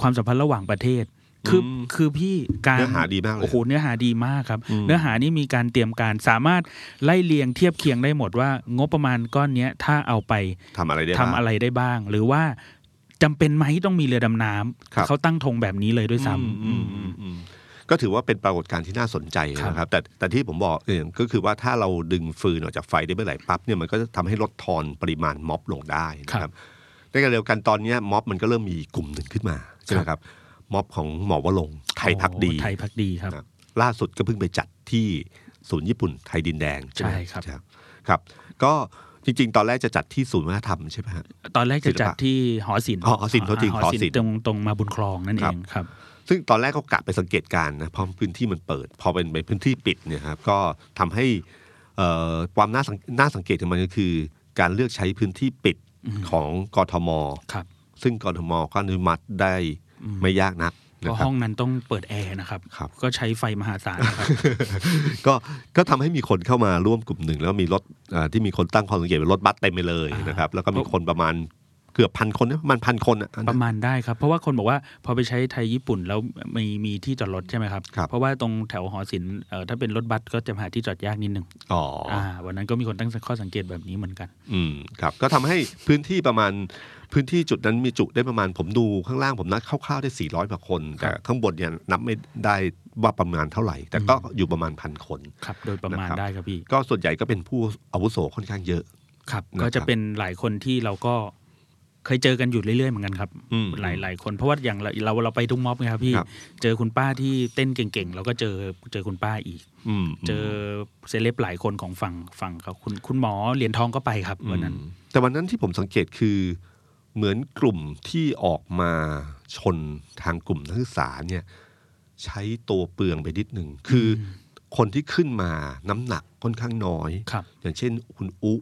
B: ความสัมพันธ์ระหว่างประเทศ คือ
A: อืม
B: คือพี่การ
A: เนื้อหาดีมากเลย
B: โอ้โหเนื้อหาดีมากครับ เนื้อหานี่มีการเตรียมการสามารถไล่เลียงเทียบเคียงได้หมดว่างบประมาณก้อนเนี้ยถ้าเอาไป
A: ทำอะไรได้
B: ทำ
A: บ้าง
B: อะไรได้บ้าง หรือว่าจำเป็นไหมต้องมีเรือดำน้
A: ครับ
B: ำเขาตั้งธงแบบนี้เลยด้วยซ้
A: อืมอืม
B: ำ
A: อืมอืมก็ถือว่าเป็นปรากฏการณ์ที่น่าสนใจ
B: ครับ
A: นะครับ แต่แต่ที่ผมบอกเองก็คือว่าถ้าเราดึงฟืนออกจากไฟได้เมื่อไหร่ปั๊บเนี่ยมันก็จะทำให้ลดทอนปริมาณม็อบลงได้นะค
B: ครั
A: รั
B: บบ
A: ในขณะเดียวกันตอนเนี้ยม็อบมันก็เริ่มมีกลุ่มหนึ่งขึ้นมาใช่ไหมครับม็อบของหมอวรงค์ไทยพักดี
B: โอ้ไทยพักดีครับ
A: นะล่าสุดก็เพิ่งไปจัดที่ศูนย์ญี่ปุ่นไทยดินแดงใช่ไหม
B: ใช่ครับ
A: ครับ ก็ จริง ๆ ตอนแรกจะจัดที่ศูนย์วัฒนธรรมใช่ไหมฮะ
B: ตอนแรกจะจั
A: ศิล
B: ด
A: ปะ
B: ที่หอศิลป์
A: อ๋อหอศิลป์โทษที
B: า
A: หอศิลป์
B: ตรงตรงมาบุญคลองนั่นเอ
A: ครับ
B: งครับ
A: ซึ่งตอนแรกเขากะไปสังเกตการณ์นะเพราะพื้นที่มันเปิด พอเป็นเป็นพื้นที่ปิดเนี่ยครับก็ทำให้เอ่อความน่าสังน่าสังเกตของมันก็คือ การเลือกใช้พื้นที่ปิดของกทม
B: ครับ
A: ซึ่งกทมก็อนุมัติได้ไม่ยากนัก
B: เพ
A: นะ
B: ราะ
A: ครั
B: ห้
A: บ
B: องนั้นต้องเปิดแอร์นะครับ
A: ครับ
B: ก็ใช้ไฟมหาศาลนะครับ
A: ก็ก็ทำให้มีคนเข้ามาร่วมกลุ่มหนึ่ง แล้วมีรถเอ่อที่มีคนตั้งความสังเกตเป็นรถบัสเต็มไปเลยนะครับ แล้วก็มีคนประมาณเกือบพันคนนะประมันพันคนอะ
B: ประมาณได้ครับ เพราะว่าคนบอกว่าพอไปใช้ไทยญี่ปุ่นแล้วมีมีที่จอดรถใช่ไหมครับ
A: ครับ
B: เพราะว่าตรงแถวหอศิลป์เอ่อถ้าเป็นรถบัสก็จะหาที่จอดยากนิดนึง
A: อ๋ออ
B: ่าวันนั้นก็มีคนตั้งข้อสังเกตแบบนี้เหมือนกัน
A: อืมครับก็ทำให้พื้นที่ประมาณพื้นที่จุดนั้นมีจุได้ประมาณผมดูข้างล่างผมนับคร่าวๆได้ 400กว่าคน แต่ข้างบนเนี่ยนับไม่ได้ว่าประมาณเท่าไหร่ แต่ก็อยู่ประมาณพันคน
B: ครับ โดยประมา
A: นะ
B: ณ
A: ครับ
B: ได้ครับพี่
A: ก็ส่วนใหญ่ก็เป็นผู้อาวุโสค่อนข้างเยอะ
B: ครับ
A: นะครับ
B: ก็จะเป็นหลายคนที่เราก็เคยเจอกันอยู่เรื่อยๆเหมือนกันครับ
A: อืม
B: หลายหลายคน เพราะว่าอย่างเราเราเราไปทุกม็อบไงครับพี่
A: ครับ
B: เจอคุณป้าที่เต้นเก่งๆ แล้วก็เจอเจอคุณป้าอีก
A: อืม
B: เจอเซเลบหลายคนของฝั่งฝั่งเขาคุณคุณหมอเหรียญทองก็ไปครับวันนั้น
A: อืมแต่วันนั้นที่ผมสังเกตคือเหมือนกลุ่มที่ออกมาชนทางกลุ่มนักศึกษาเนี่ยใช้ตัวเปลืองไปนิดหนึ่งคืออคนที่ขึ้นมาน้ำหนักค่อนข้างน้อย
B: ครับ
A: อย่างเช่นคุณอุ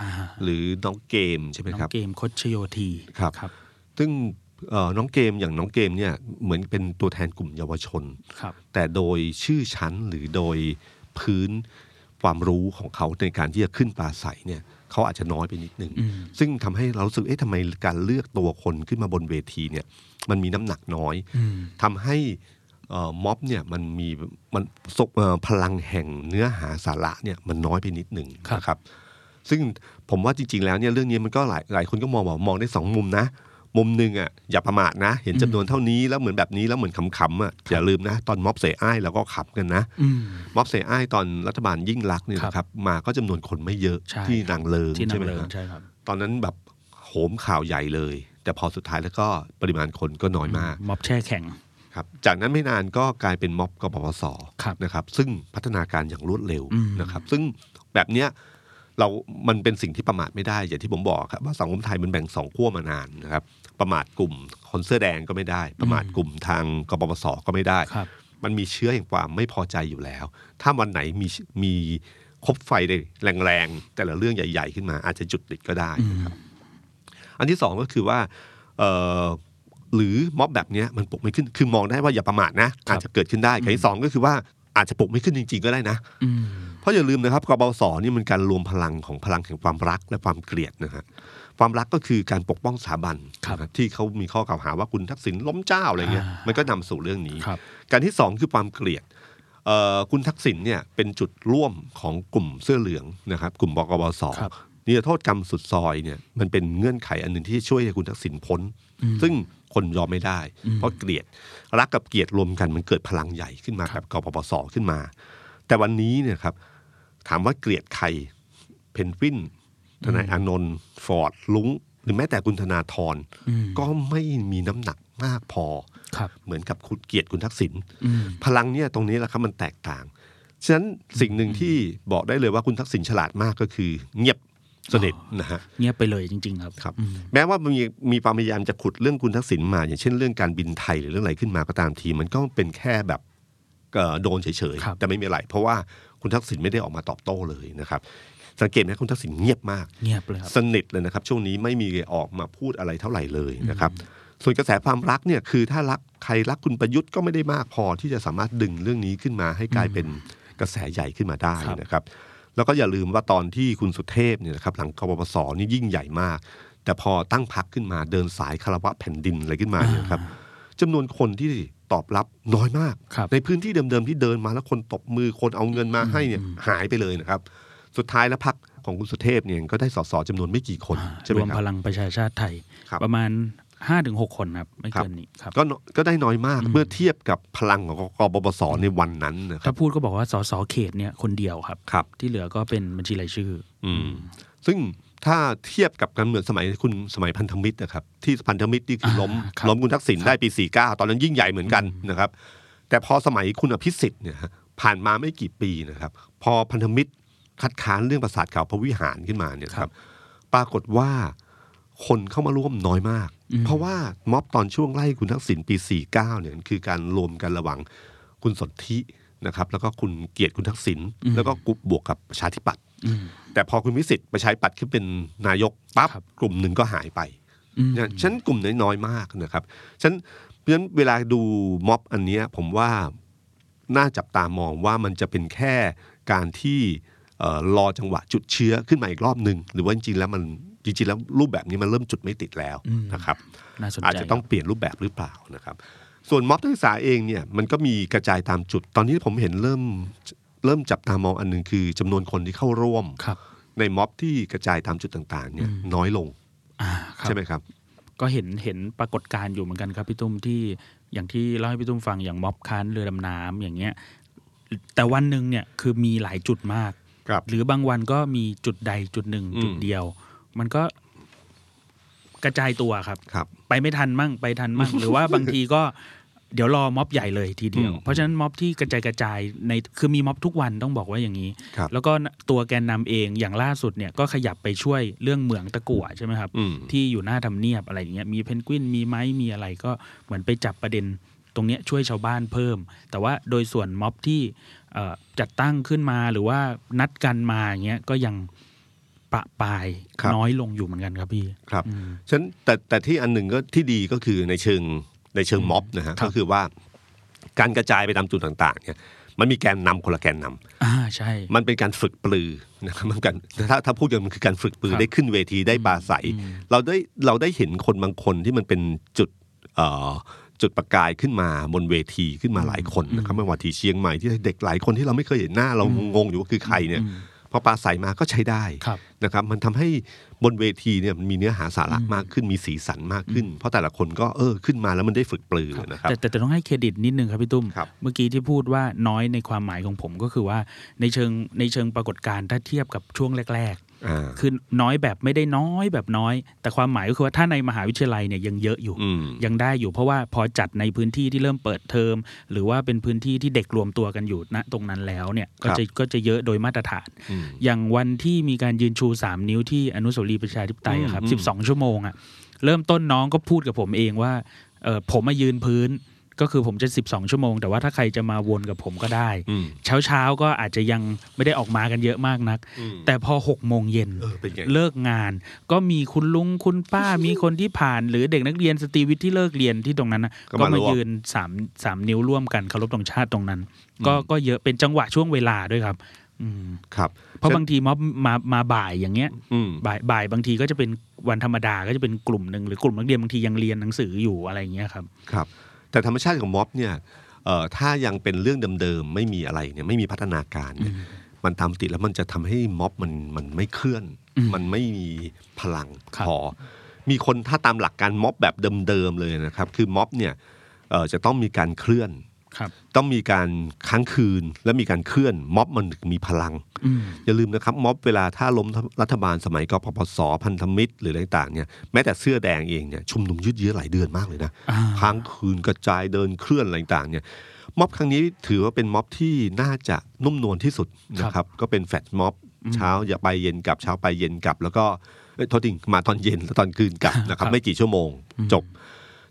B: อ่า
A: หรือน้องเกมใช่ไหม
B: น้อ
A: ครับ
B: งเกมคดชโยธี
A: ครับ
B: ครับ
A: ซึ่งเอ่อน้องเกมอย่างน้องเกมเนี่ยเหมือนเป็นตัวแทนกลุ่มเยาวชน
B: ครับ
A: แต่โดยชื่อชั้นหรือโดยพื้นความรู้ของเขาในการที่จะขึ้นปราศัยเนี่ยเขาอาจจะน้อยไปนิดนึง
B: อืม
A: ซึ่งทำให้เรารู้สึกเอ๊ะทำไมการเลือกตัวคนขึ้นมาบนเวทีเนี่ยมันมีน้ำหนักน้อย
B: อืม
A: ทำให้เอ่อม็อบเนี่ยมันมีมันสกเอ่อพลังแห่งเนื้อหาสาระเนี่ยมันน้อยไปนิดหนึ่ง
B: ครับ
A: นะครับ ซึ่งผมว่าจริง ๆ แล้วเนี่ยเรื่องนี้มันก็หลายหลายคนก็มองว่ามองได้สองมุมนะ มุมหนึ่งอ่ะอย่าประมาทนะ เห็นจำนวนเท่านี้แล้วเหมือนแบบนี้แล้วเหมือนขำๆอ่ะอย่าลืมนะ ตอนม็อบเสอ้ายเราก็ขำกันนะ
B: อืม
A: ม็อบเสอ้ายตอนรัฐบาลยิ่งรักษณ์เนี่ย
B: ครับ
A: นะครับมาก็จำนวนคนไม่เยอะ
B: ใช่
A: ที่นางเลิง
B: ที่
A: ใช่
B: นำ
A: ไหม
B: เลิง
A: ฮะ
B: ใช่ครับ
A: ตอนนั้นแบบโหมข่าวใหญ่เลย แต่พอสุดท้ายแล้วก็ปริมาณคนก็น้อยมาก
B: ม็อบแช่แข็ง
A: ครับจากนั้นไม่นานก็กลายเป็นม็อบกบพศ
B: ครับ
A: นะครับ ซึ่งพัฒนาการอย่างรวดเร็ว
B: อืม
A: นะครับ ซึ่งแบบเนี้ยเรามันเป็นสิ่งที่ประมาทไม่ได้ อย่างที่ผมบอกครับว่าสังคมไทยมันแบ่งสองขั้วมานานนะครับ ประมาทกลุ่มคนเสื้อแดงก็ไม่ได้ ประมาทกลุ่มทางกบพศก็ไม่ได้
B: ครับ
A: มันมีเชื้อแห่งความไม่พอใจอยู่แล้ว ถ้าวันไหนมีมีคบไฟได้แรงๆ แต่ละเรื่องใหญ่ ๆ ขึ้นมาอาจจะจุดติดก็ได้นะครับ อันที่สองก็คือว่าเอ่อหรือม็อบแบบเนี้ยมันปลุกไม่ขึ้น คือมองได้ว่าอย่าประมาทนะ อาจจะเกิดขึ้นได้อย่างที่สองก็คือว่าอาจจะปลุกไม่ขึ้นจริง ๆ ก็ได้นะ
B: อืม
A: เพราะอย่าลืมนะครับกบสนี่มันการรวมพลังของพลังแห่งความรักและความเกลียดนะฮะความรักก็คือการปกป้องสถาบัน
B: ครับ
A: นะฮะที่เขามีข้อกล่าวหาว่าคุณทักษิณล้มเจ้าอะไรเงี้ยมันก็นำสู่เรื่องนี้
B: ครับ
A: การที่สองคือความเกลียดเอ่อคุณทักษิณเนี่ยเป็นจุดร่วมของกลุ่มเสื้อเหลืองนะครับ กลุ่มบกบส
B: ครับ
A: นิรโทษกรรมสุดซอยเนี่ยมันเป็นเงื่อนไขอันหนึ่งที่ช่วยให้คุณทักษิณพ้น ซึ่งคนยอมไม่ได้ เพราะเกลียดรักกับเกลียดรวมกันมันเกิดพลังใหญ่ขึ้นมากับกปปสขึ้นมา แต่วันนี้เนี่ยครับถามว่าเกลียดใครเพนกวินทนายอานนท์ฟอร์ดลุงหรือแม้แต่คุณธนาธร
B: อืม
A: ก็ไม่มีน้ำหนักมากพอ
B: ครับ
A: เหมือนกับคุณเกียรติคุณทักษิณ
B: อืม
A: พลังเนี่ยตรงนี้แหละครับมันแตกต่าง ฉะนั้นสิ่งหนึ่งที่บอกได้เลยว่าคุณทักษิณฉลาดมากก็คือ เงียบสนิทนะฮะ
B: เงียบไปเลยจริง ๆ ครับ
A: ครับแม้ว่ามีมีความพยายามจะขุดเรื่องคุณทักษิณมา อย่างเช่นเรื่องการบินไทยหรือเรื่องอะไรขึ้นมาก็ตามที มันก็เป็นแค่แบบเอ่อโดนเฉย
B: ครับ
A: ๆแต่ไม่มีอะไร เพราะว่าคุณทักษิณไม่ได้ออกมาตอบโต้เลยนะครับสังเกตไหมคุณทักษิณเงียบมาก
B: เงียบเลยครับ
A: สนิทเลยนะครับ ช่วงนี้ไม่มีออกมาพูดอะไรเท่าไหร่เลยนะครับ ส่วนกระแสความรักเนี่ยคือถ้ารักใครรักคุณประยุทธ์ก็ไม่ได้มากพอที่จะสามารถดึงเรื่องนี้ขึ้นมา ให้กลายเป็นกระแสใหญ่ขึ้นมาได้
B: ครับ
A: นะครับ แล้วก็อย่าลืมว่าตอนที่คุณสุเทพเนี่ยนะครับหลังกบพศนี่ยิ่งใหญ่มาก แต่พอตั้งพักขึ้นมาเดินสายคารวะแผ่นดินอะไรขึ้นมาเนี่ยนะครับจำนวนคนที่ตอบรับน้อยมาก
B: ครับ
A: ในพื้นที่เดิมๆที่เดินมาแล้วคนตบมือคนเอาเงินมาให้เนี่ยหายไปเลยนะครับ สุดท้ายแล้วพักของคุณสุเทพเนี่ยก็ได้สสจำนวนไม่กี่คนใช่ไห
B: ร
A: ม
B: วม
A: ค
B: พ
A: รับ
B: ลังประชาชาติไทย
A: ครับ
B: ประมาณห้าถึงหกคนครับ ไม่
A: ครับ
B: เกินนี้ครับ
A: ก็นก็ได้น้อยมากเมื่อเทียบกับพลังของกบปสในวันนั้นนะค
B: ถ้า
A: รับ
B: พูดก็บอกว่าสสเขตเนี่ยคนเดียวครับ
A: ครับ
B: ที่เหลือก็เป็นบัญชีรายชื่อ
A: อืมซึ่งถ้าเทียบกับการเมืองสมัยคุณสมัยพันธมิตรนะครับ ที่พันธมิตรนี่คือล้ม
B: อ่าครับ
A: ล้มคุณทักษิณได้ปี 49 ตอนนั้นยิ่งใหญ่เหมือนกันนะครับ แต่พอสมัยคุณอภิสิทธิ์เนี่ยฮะผ่านมาไม่กี่ปีนะครับ พอพันธมิตร คัดค้านเรื่องประสาทขาวพระวิหารขึ้นมาเนี่ยครับ ปรากฏว่าคนเข้ามาร่วมน้อยมาก
B: อืม
A: เพราะว่าม็อบตอนช่วงไล่คุณทักษิณปี 49เนี่ยคือการรวมกันระหว่างคุณสนธินะครับ แล้วก็คุณเกียรติคุณทักษิณแล้วก็กลุ่มบวกกับประชาธิปัตย์
B: อืม
A: แต่พอคุณวิสิทธิ์ประชาธิปัตย์ขึ้นเป็นนายกปั๊บ
B: ครับ
A: กลุ่มหนึ่งก็หายไป
B: อืม
A: เนี่ยฉะนันกลุ่มน้อยๆมากนะครับฉะนันเพราะฉะนั้นเวลาดูม็อบอันเนี้ยผมว่าน่าจับตามองว่ามันจะเป็นแค่การที่เอ่อรอจังหวะจุดเชื้อขึ้นมาอีกรอบหนึ่งหรือว่าจริงๆแล้วมันจริงๆแล้วรูปแบบนี้มันเริ่มจุดไม่ติดแล้ว
B: อืม
A: นะครับ
B: น่าสนใจ
A: อาจจะต้องเปลี่ยนรูปแบบหรือเปล่านะครับ ส่วนม็อบนักศึกษาเองเนี่ยมันก็มีกระจายตามจุด ตอนนี้ผมเห็นเริ่มเริ่มจับตามองอันหนึ่งคือจำนวนคนที่เข้าร่วม
B: ครับ
A: ในม็อบที่กระจายตามจุดต่างๆเนี่ย
B: อืม
A: น้อยลง
B: อ่าครับ
A: ใช่ไหมครับ
B: ก็เห็นเห็นปรากฏการณ์อยู่เหมือนกันครับพี่ตุ้มที่อย่างที่เล่าให้พี่ตุ้มฟังอย่างม็อบค้านเรือดำน้ำอย่างเงี้ยแต่วันหนึ่งเนี่ยคือมีหลายจุดมาก
A: ครับ
B: หรือบางวันก็มีจุดใดจุดหนึ่ง
A: อืม
B: จุดเดียว มันก็กระจายตัวครับ
A: ครับ
B: ไปไม่ทันมั่งไปทัน มั่ง หรือว่าบางทีก็เดี๋ยวรอม็อบใหญ่เลยทีเดียว
A: อืม
B: เพราะฉะนั้นม็อบที่กระจายกระจายในคือมีม็อบทุกวันต้องบอกว่าอย่างนี้
A: ครับ
B: แล้วก็ตัวแกนนำเองอย่างล่าสุดเนี่ยก็ขยับไปช่วยเรื่องเหมืองตะกั่วใช่ไหมครับ
A: อืม
B: ที่อยู่หน้าทำเนียบอะไรอย่างเงี้ยมีเพนกวินมีไม้มีอะไรก็เหมือนไปจับประเด็นตรงเนี้ยช่วยชาวบ้านเพิ่ม แต่ว่าโดยส่วนม็อบที่เอ่อจัดตั้งขึ้นมาหรือว่านัดกันมาอย่างเงี้ยก็ยังประปราย
A: ครับ
B: น้อยลงอยู่เหมือนกันครับพี่
A: ครับ
B: อืม
A: ฉะนันแต่แต่ที่อันหนึ่งก็ที่ดีก็คือในเชิงในเชิงม็อบนะฮะ
B: ครับ
A: ก็คือว่าการกระจายไปตามจุดต่าง ๆ เนี่ยมันมีแกนนำคนละแกนนำ
B: อ่าใช่
A: มันเป็นการฝึกปลือ นะครับมันกันถ้าถ้าพูดกันมันคือการฝึกปลือ
B: ครับ
A: ได้ขึ้นเวทีได้ปราศัย
B: อืม
A: เราได้เราได้เห็นคนบางคนที่มันเป็นจุดเอ่อจุดประกายขึ้นมาบนเวทีขึ้นมาหลายคนนะครับไม่ว่าที่เชียงใหม่ที่เด็กหลายคนที่เราไม่เคยเห็นหน้าเรางงอยู่ว่าคือใครเนี่ยพอปราศัยมาก็ใช้ได้
B: ครับ
A: นะครับมันทำให้บนเวทีเนี่ยมันมีเนื้อหาสาระมากขึ้นมีสีสันมากขึ้น เพราะแต่ละคนก็เออขึ้นมาแล้วมันได้ฝึกปลือนะครับ
B: แต่แต่แต่ต้องให้เครดิตนิดนึงครับพี่ตุ้ม
A: ครับ
B: เมื่อกี้ที่พูดว่าน้อยในความหมายของผมก็คือว่าในเชิงในเชิงปรากฏการณ์ถ้าเทียบกับช่วงแรก
A: า
B: ๆ คือน้อยแบบไม่ได้น้อยแบบน้อย แต่ความหมายก็คือว่าถ้าในมหาวิทยาลัยเนี่ยยังเยอะอยู่
A: อืม
B: ยังได้อยู่เพราะว่าพอจัดในพื้นที่ที่เริ่มเปิดเทอม หรือว่าเป็นพื้นที่ที่เด็กรวมตัวกันอยู่ณตรงนั้นแล้วเนี่ยก็จะก็จะเยอะโดยมาตรฐาน
A: อืม
B: อย่างวันที่มีการยืนชู 3 นิ้วที่อนุสาวรีย์ประชาธิปไตยอะครับ
A: อืม
B: 12 ชั่วโมงอะเริ่มต้นน้องก็พูดกับผมเองว่าเออผมมายืนพื้นก็คือผมจะ 12 ชั่วโมง แต่ว่าถ้าใครจะมาวนกับผมก็ได้
A: อืม
B: เช้าเช้าๆก็อาจจะยังไม่ได้ออกมากันเยอะมากนัก
A: อืม
B: แต่พอ6โมงเย็น
A: เออเป็นไง
B: เลิกงานก็มีคุณลุงคุณป้า มีคนที่ผ่านหรือเด็กนักเรียนสตรีวิทย์ที่เลิกเรียนที่ตรงนั้นนะ
A: ก็
B: ก็
A: มาร่
B: มาว
A: ม
B: ยืนสามสามนิ้วร่วมกันเคารพธงชาติตรงนั้น ก็ก็เยอะเป็นจังหวะช่วงเวลาด้วยครับ อืม
A: ครับ
B: เพราะ
A: ฉ
B: บางทีม็อบมามาบ่ายอย่างเงี้ย
A: อืม
B: บ่ายบ่ายบางทีก็จะเป็นวันธรรมดาก็จะเป็นกลุ่มหนึ่งหรือกลุ่มนักเรียนบางทียังเรียนหนังสืออยู่อะไรอย่างเงี้ยครับ
A: ครับแต่ธรรมชาติของม็อบเนี่ยเอ่อถ้ายังเป็นเรื่องเดิมๆไม่มีอะไรเนี่ยไม่มีพัฒนาการเนี่ยมันตามติดแล้วมันจะทำให้ม็อบมันมันไม่เคลื่อน
B: อืม
A: มันไม่มีพลัง
B: ครับ
A: พอมีคนถ้าตามหลักการม็อบแบบเดิมๆเลยนะครับคือม็อบเนี่ยเอ่อจะต้องมีการเคลื่อน
B: ครับ
A: ต้องมีการค้างคืนและมีการเคลื่อนม็อบมันถึงมีพลัง
B: อืม
A: อย่าลืมนะครับม็อบเวลาถ้าล้มรัฐบาลสมัยกปปสพันธมิตรหรืออะไรต่างๆเนี่ยแม้แต่เสื้อแดงเองเนี่ยชุมนุมยืดเยื้อหลายเดือนมากเลยนะ
B: อ่า
A: ค้างคืนกระจายเดินเคลื่อนอะไรต่างๆเนี่ยม็อบครั้งนี้ถือว่าเป็นม็อบที่น่าจะนุ่มนวลที่สุดนะครับก็เป็นแฟลชม็อบเช้าอย่าไปเย็นกลับเช้าไปเย็นกลับ แล้วก็เอ้ยโทษทีมาตอนเย็น แล้วตอนคืนกลับนะครับไม่กี่ชั่วโมงจบ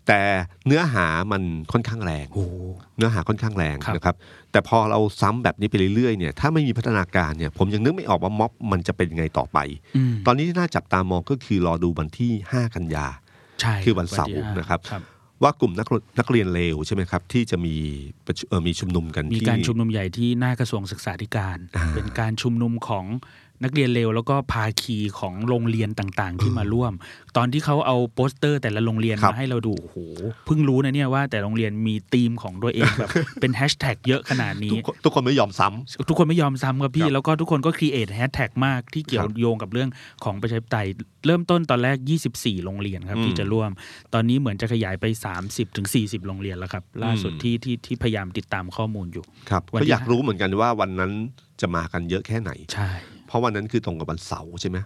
A: แต่เนื้อหามันค่อนข้างแรง
B: โอ้โห
A: เนื้อหาค่อนข้างแรง
B: ครับ
A: นะครับ แต่พอเราซ้ำแบบนี้ไปเรื่อยๆเนี่ยถ้าไม่มีพัฒนาการเนี่ยผมยังนึกไม่ออกว่าม็อบมันจะเป็นยังไงต่อไป
B: อืม
A: ตอนนี้ที่น่าจับตามองก็คือรอดูวันที่ 5 กันยา
B: ใช่
A: คือวันเสาร์
B: ที่ห้
A: นะครับ
B: ครับ
A: ว่ากลุ่มนักเรียนนักเรียนเลวใช่ไหมครับ ที่จะมีประชุมเอ่อมีชุมนุมกัน
B: มี
A: ที่
B: การชุมนุมใหญ่ที่หน้ากระทรวงศึกษาธิการ
A: อ่า
B: เป็นการชุมนุมของนักเรียนเลวแล้วก็ภาคีของโรงเรียนต่างๆ ที่มาร่วม ตอนที่เขาเอาโปสเตอร์แต่ละโรงเรียน
A: ครับ
B: มาให้เราดูโอ้โหเพิ่งรู้นะเนี่ยว่าแต่โรงเรียนมีธีมของตัวเองแบบ เป็นแฮชแท็กเยอะขนาดนี้
A: ทุกคนทุกคนไม่ยอมซ้ำ
B: ทุกคนไม่ยอมซ้ำครับ
A: ค
B: พี่
A: รับ
B: แล้วก็ทุกคนก็ครีเอทแฮชแท็กมากที่เกี่ยวโยงกับเรื่องของประชาธิปไตย เริ่มต้นตอนแรก 24 โรงเรียนครับ
A: อืม
B: ที่จะร่วม ตอนนี้เหมือนจะขยายไป 30-40ถึง40 โรงเรียนแล้วครับ ล่าสุด
A: อืม
B: ที่ที่ที่พยายามติดตามข้อมูลอยู่
A: ครับ
B: วันที่
A: ก็อยากรู้เหมือนกันว่าวันนั้นจะมากันเยอะแค่ไหน
B: ใช่
A: เพราะวันนั้นคือตรงกับวันเสาร์ใช่ไหม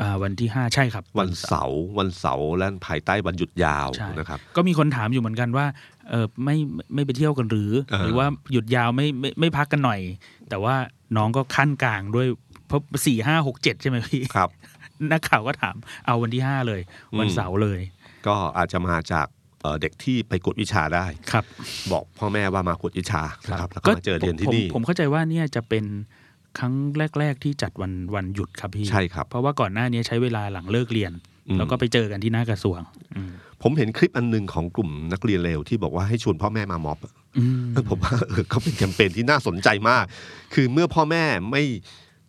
B: อ่าวันที่ 5 ใช่ครับ
A: วันเสาร์วันเสาร์และภายใต้วันหยุดยาว
B: ใช่
A: นะครับ
B: ก็มีคนถามอยู่เหมือนกันว่าเออไม่ไม่ไม่ไปเที่ยวกันหรือ
A: เออ
B: หรือว่าหยุดยาวไม่ไม่ไม่พักกันหน่อย แต่ว่าน้องก็ขั้นกลางด้วย เพราะสี่ห้าหกเจ็ดใช่ไหมพี่
A: ครับ
B: นักข่าวก็ถามเอาวันที่ห้าเลย วัน
A: อืม
B: เสาร์เลย
A: ก็อาจจะมาจากเอ่อเด็กที่ไปกวดวิชาได้
B: ครับ
A: บอกพ่อแม่ว่ามากวดวิชานะครับแล้วก็มาเจอเรียนที่นี่
B: ผมผมเข้าใจว่าเนี่ยจะเป็นครั้งแรก ๆ ที่จัดวันวันหยุดครับพี่
A: ใช่ครับ
B: เพราะว่าก่อนหน้านี้ใช้เวลาหลังเลิกเรียน
A: อืม
B: แล้วก็ไปเจอกันที่หน้ากระทรวง อืม
A: ผมเห็นคลิปอันหนึ่งของกลุ่มนักเรียนเลวที่บอกว่าให้ชวนพ่อแม่มาม็อบ อะ
B: อืม
A: เออผมว่าเออเขาเป็นแคมเปญที่น่าสนใจมาก คือเมื่อพ่อแม่ไม่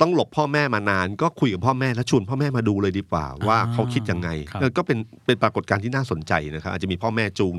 A: ต้องหลบพ่อแม่มานาน ก็คุยกับพ่อแม่แล้วชวนพ่อแม่มาดูเลยดีกว่า ว่าเขาคิดยังไง
B: ครับ
A: เออก็เป็นเป็นปรากฏการณ์ที่น่าสนใจนะครับอาจจะมีพ่อแม่จูง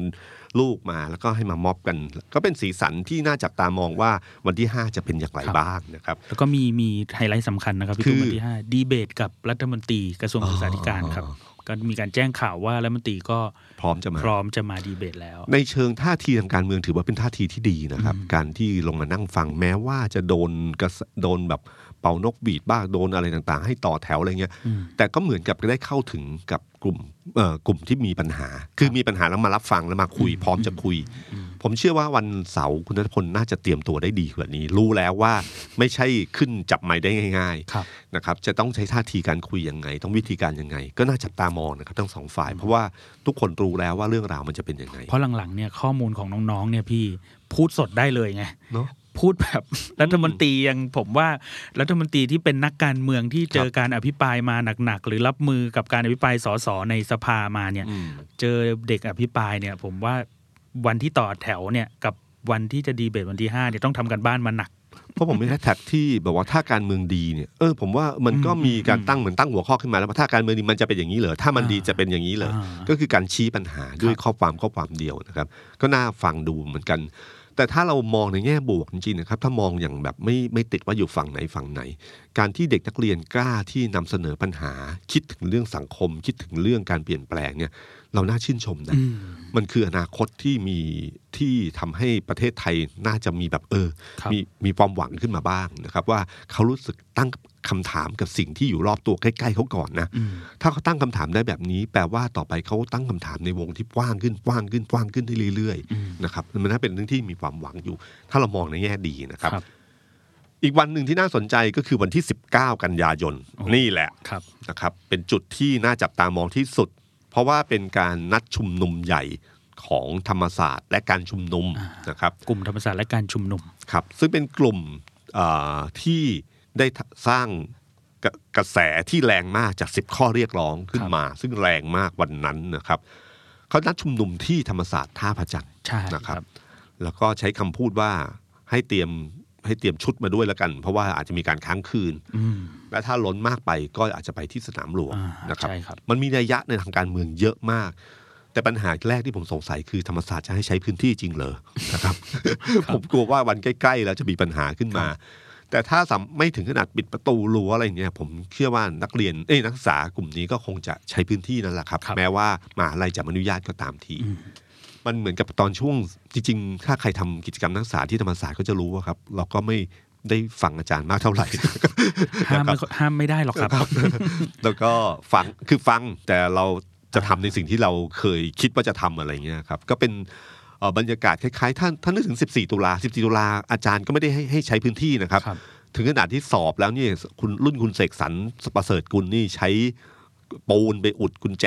A: ลูกมาแล้วก็ให้มาม็อบกัน ก็เป็นสีสันที่น่าจับตามองว่าวันที่ 5 จะเป็นอย่างไรบ้างนะครับ
B: แล้วก็มีมีไฮไลท์สำคัญนะครับพี่
A: คือ
B: ตุ้มวันที่ห้าดีเบตกับรัฐมนตรีกระทรวงศึกษาธิการครับ
A: อ๋อ
B: ก็มีการแจ้งข่าวว่ารัฐมนตรีก็
A: พร้อมจะมา
B: พร้อมจะมาดีเบตแล้ว
A: ในเชิงท่าทีทางการเมืองถือว่าเป็นท่าทีที่ดีนะครับ การที่ลงมานั่งฟังแม้ว่าจะโดนกระแสโดนแบบเป่านกบีดบ้างโดนอะไรต่างๆ ให้ต่อแถวอะไรเงี้ย
B: อืม
A: แต่ก็เหมือนกับได้เข้าถึงกับกลุ่มเอ่อกลุ่มที่มีปัญหา คือมีปัญหาแล้วมารับฟังแล้วมาคุย พร้อมจะคุย ผมเชื่อว่าวันเสาร์คุณนัทพลน่าจะเตรียมตัวได้ดีกว่านี้ รู้แล้วว่าไม่ใช่ขึ้นจับไม้ได้ง่าย ๆ
B: ครับ
A: นะครับจะต้องใช้ท่าทีการคุยยังไง ต้องวิธีการยังไง ก็น่าจับตามองนะครับทั้งสองฝ่าย เพราะว่าทุกคนรู้แล้วว่าเรื่องราวมันจะเป็นยังไง
B: เพราะหลังๆเนี่ยข้อมูลของน้องๆเนี่ยพี่พูดสดได้เลยไง
A: เนาะ
B: พูดแบบ รัฐมนตรียังผมว่ารัฐมนตรีที่เป็นนักการเมืองที่เจอการอภิปรายมาหนักๆ หรือรับมือกับการอภิปรายสสในสภามาเนี่ย เจอเด็กอภิปรายเนี่ย ผมว่าวันที่ต่อแถวเนี่ยกับวันที่จะดีเบตวันที่ห้าเนี่ยต้องทำกันบ้านมาหนัก
A: เพราะผมมีแฮชแท็กที่แบบว่าถ้าการเมืองดีเนี่ยเออผมว่ามันก็มีการตั้งเหมือนตั้งหัวข้อขึ้นมาแล้วว่าถ้าการเมืองดีมันจะเป็นอย่างนี้เหรอถ้ามันดีจะเป็นอย่างนี้เหรอ
B: อ่า
A: ก็คือการชี้ปัญหาด้วยข้อความข้อความเดียวนะครับ ก็น่าฟังดูเหมือนกัน แต่ถ้าเรามองในแง่บวกจริงๆนะครับถ้ามองอย่างแบบไม่ไม่ติดว่าอยู่ฝั่งไหนฝั่งไหน การที่เด็กนักเรียนกล้าที่นำเสนอปัญหา คิดถึงเรื่องสังคม คิดถึงเรื่องการเปลี่ยนแปลงเนี่ยเราน่าชื่นชมนะ มันคืออนาคตที่มีที่ทำให้ประเทศไทยน่าจะมีแบบเออ
B: ครับ
A: มีมีความหวังขึ้นมาบ้างนะครับ ว่าเขารู้สึกตั้งคำถามกับสิ่งที่อยู่รอบตัวใกล้ๆเขาก่อนนะ
B: อืม
A: ถ้าเขาตั้งคำถามได้แบบนี้ แปลว่าต่อไปเขาตั้งคำถามในวงที่กว้างขึ้นกว้างขึ้นกว้างขึ้นได้เรื่อย
B: อืม
A: ๆนะครับมันน่าเป็นเรื่องที่มีความหวังอยู่ ถ้าเรามองในแง่ดีนะครับ
B: ครับ
A: อีกวันหนึ่งที่น่าสนใจก็คือวันที่ 19 กันยายน
B: โอ้
A: นี่แหละ
B: ครับ
A: นะครับเป็นจุดที่น่าจับตามองที่สุด เพราะว่าเป็นการนัดชุมนุมใหญ่ของธรรมศาสตร์ และการชุมนุมนะครับ
B: กลุ่มธรรมศาสตร์และการชุมนุม
A: ครับ ซึ่งเป็นกลุ่มเอ่อที่ได้สร้างกระกระแสที่แรงมากจาก 10 ข้อเรียกร้องขึ้นมา ซึ่งแรงมากวันนั้นนะครับเขานัดชุมนุมที่ธรรมศาสตร์ท่าพระจันทร์
B: ใช่
A: นะครับ แล้วก็ใช้คำพูดว่าให้เตรียมให้เตรียมชุดมาด้วยแล้วกัน เพราะว่าอาจจะมีการค้างคืน
B: อืม
A: และถ้าล้นมากไปก็อาจจะไปที่สนามหลวง
B: อ่าน
A: นะครับ
B: ใช่ครับ
A: มันมีนัยยะในทางการเมืองเยอะมาก แต่ปัญหาแรกที่ผมสงสัยคือธรรมศาสตร์จะให้ใช้พื้นที่จริงเหรอนะครับ ผมกลัวว่าวันใกล้ๆแล้วจะมีปัญหาขึ้นมา แต่ถ้าสำไม่ถึงขนาดปิดประตูรั้วอะไรอย่างเงี้ยผมเชื่อว่านักเรียนเอ้ยนักศึกษากลุ่มนี้ก็คงจะใช้พื้นที่นั่นแหละครับ
B: ครับ
A: แม้ว่ามหาลัยจะไม่อนุญาตก็ตามที มันเหมือนกับตอนช่วงจริงๆ ถ้าใครทำกิจกรรมนักศึกษาที่ธรรมศาสตร์ก็จะรู้ว่าครับ เราก็ไม่ได้ฟังอาจารย์มากเท่าไหร่
B: ห้าม
A: นะครับ
B: ไม่ค่อยห้ามไม่ได้หรอกครับ
A: แล้วก็ฟังคือฟังแต่เราจะทำในสิ่งที่เราเคยคิดว่าจะทำอะไรเงี้ยครับ ก็เป็นเอ่อบรรยากาศคล้ายๆ ท่านท่านนึกถึง 14 ตุลา 14 ตุลาอาจารย์ก็ไม่ได้ให้ให้ใช้พื้นที่นะครับ
B: ครับ
A: ถึงขนาดที่สอบแล้วเนี่ยคุณรุ่นคุณเสกสรรประเสริฐกุลนี่ใช้ปูนไปอุดกุญแจ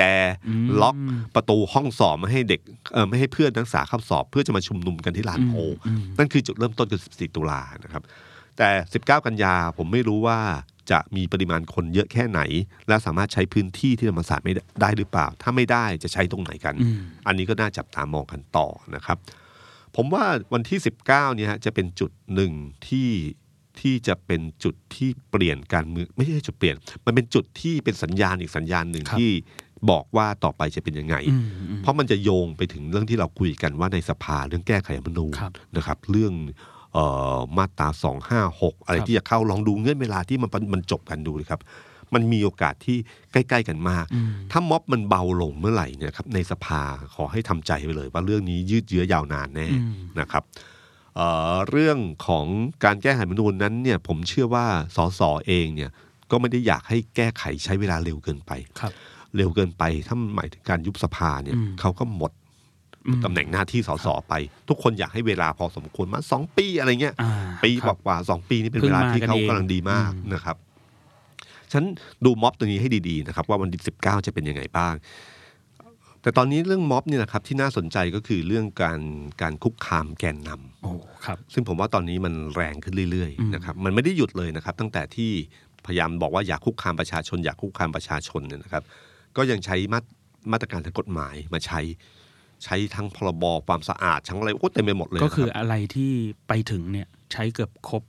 A: ล็อกประตูห้องสอบไม่ให้เด็กเอ่อไม่ให้เพื่อนนักศึกษาเข้าสอบ เพื่อจะมาชุมนุมกันที่ลานโพธิ์นั่นคือจุดเริ่มต้นคือ 14 ตุลานะครับ แต่ 19 กันยาผมไม่รู้ว่าจะมีปริมาณคนเยอะแค่ไหน และสามารถใช้พื้นที่ที่ธรรมศาสตร์ไม่ได้ได้หรือเปล่า ถ้าไม่ได้จะใช้ตรงไหนกัน
B: อืม
A: อันนี้ก็น่าจับตามองกันต่อนะครับ ผมว่าวันที่ 19เนี่ยฮะจะเป็นจุดหนึ่งที่ที่จะเป็นจุดที่เปลี่ยนการเมืองไม่ใช่จุดเปลี่ยน มันเป็นจุดที่เป็นสัญญาณอีกสัญญาณหนึ่ง
B: ครับ
A: ที่บอกว่าต่อไปจะเป็นยังไง
B: อืมอืม
A: เพราะมันจะโยงไปถึงเรื่องที่เราคุยกันว่าในสภาเรื่องแก้ไขรัฐธรรมนูญ
B: ครับ
A: นะครับ เรื่องเอ่อมาตรา256 อะไร
B: ครับ
A: ที่จะเข้าลองดูเงื่อนเวลาที่มันมันจบกันดูเลยครับ มันมีโอกาสที่ใกล้ ๆ กันมาก ถ้าม็อบมันเบาลงเมื่อไหร่เนี่ยครับในสภาขอให้ทำใจไปเลย ว่าเรื่องนี้ยืดเยื้อยาวนานแน่นะครับเอ่อเรื่องของการแก้ไขรัฐธรรมนูญนั้นเนี่ยผมเชื่อว่าสสเองเนี่ยก็ไม่ได้อยากให้แก้ไขใช้เวลาเร็วเกินไป
B: ครับ
A: เร็วเกินไปถ้าหมายถึงการยุบสภาเนี่ย
B: อืม
A: เขาก็หมด
B: อืม
A: ตำแหน่งหน้าที่สสไป ทุกคนอยากให้เวลาพอสมควรมาสองปีอะไรเงี้ย
B: อ่า
A: ปี
B: ค
A: ก
B: รับ
A: ว่าๆสองปีนี่เป็น
B: เพิ่
A: เว
B: ง
A: ลา
B: มา
A: ที่
B: กัน
A: เขา
B: เอง
A: กำลังดีมาก
B: อืม
A: นะครับ ฉันดูม็อบตัวนี้ให้ดีๆนะครับว่าวันที่สิบเก้าจะเป็นยังไงบ้าง แต่ตอนนี้เรื่องม็อบเนี่ยนะครับที่น่าสนใจก็คือเรื่องการการคุกคามแกนนำ
B: โอ้ครับ
A: ซึ่งผมว่าตอนนี้มันแรงขึ้นเรื่อย
B: อืม
A: ๆนะครับมันไม่ได้หยุดเลยนะครับ ตั้งแต่ที่พยายามบอกว่าอยากคุกคามประชาชน อยากคุกคามประชาชนเนี่ยนะครับ ก็ยังใช้มาตมาตรการทางกฎหมายมาใช้ใช้ทั้งพรบความสะอาดทั้งอะไรโอ้เต็มไปหมดเลย
B: ก็
A: นะรับ
B: คืออะไรที่ไปถึงเนี่ยใช้เกือบครบ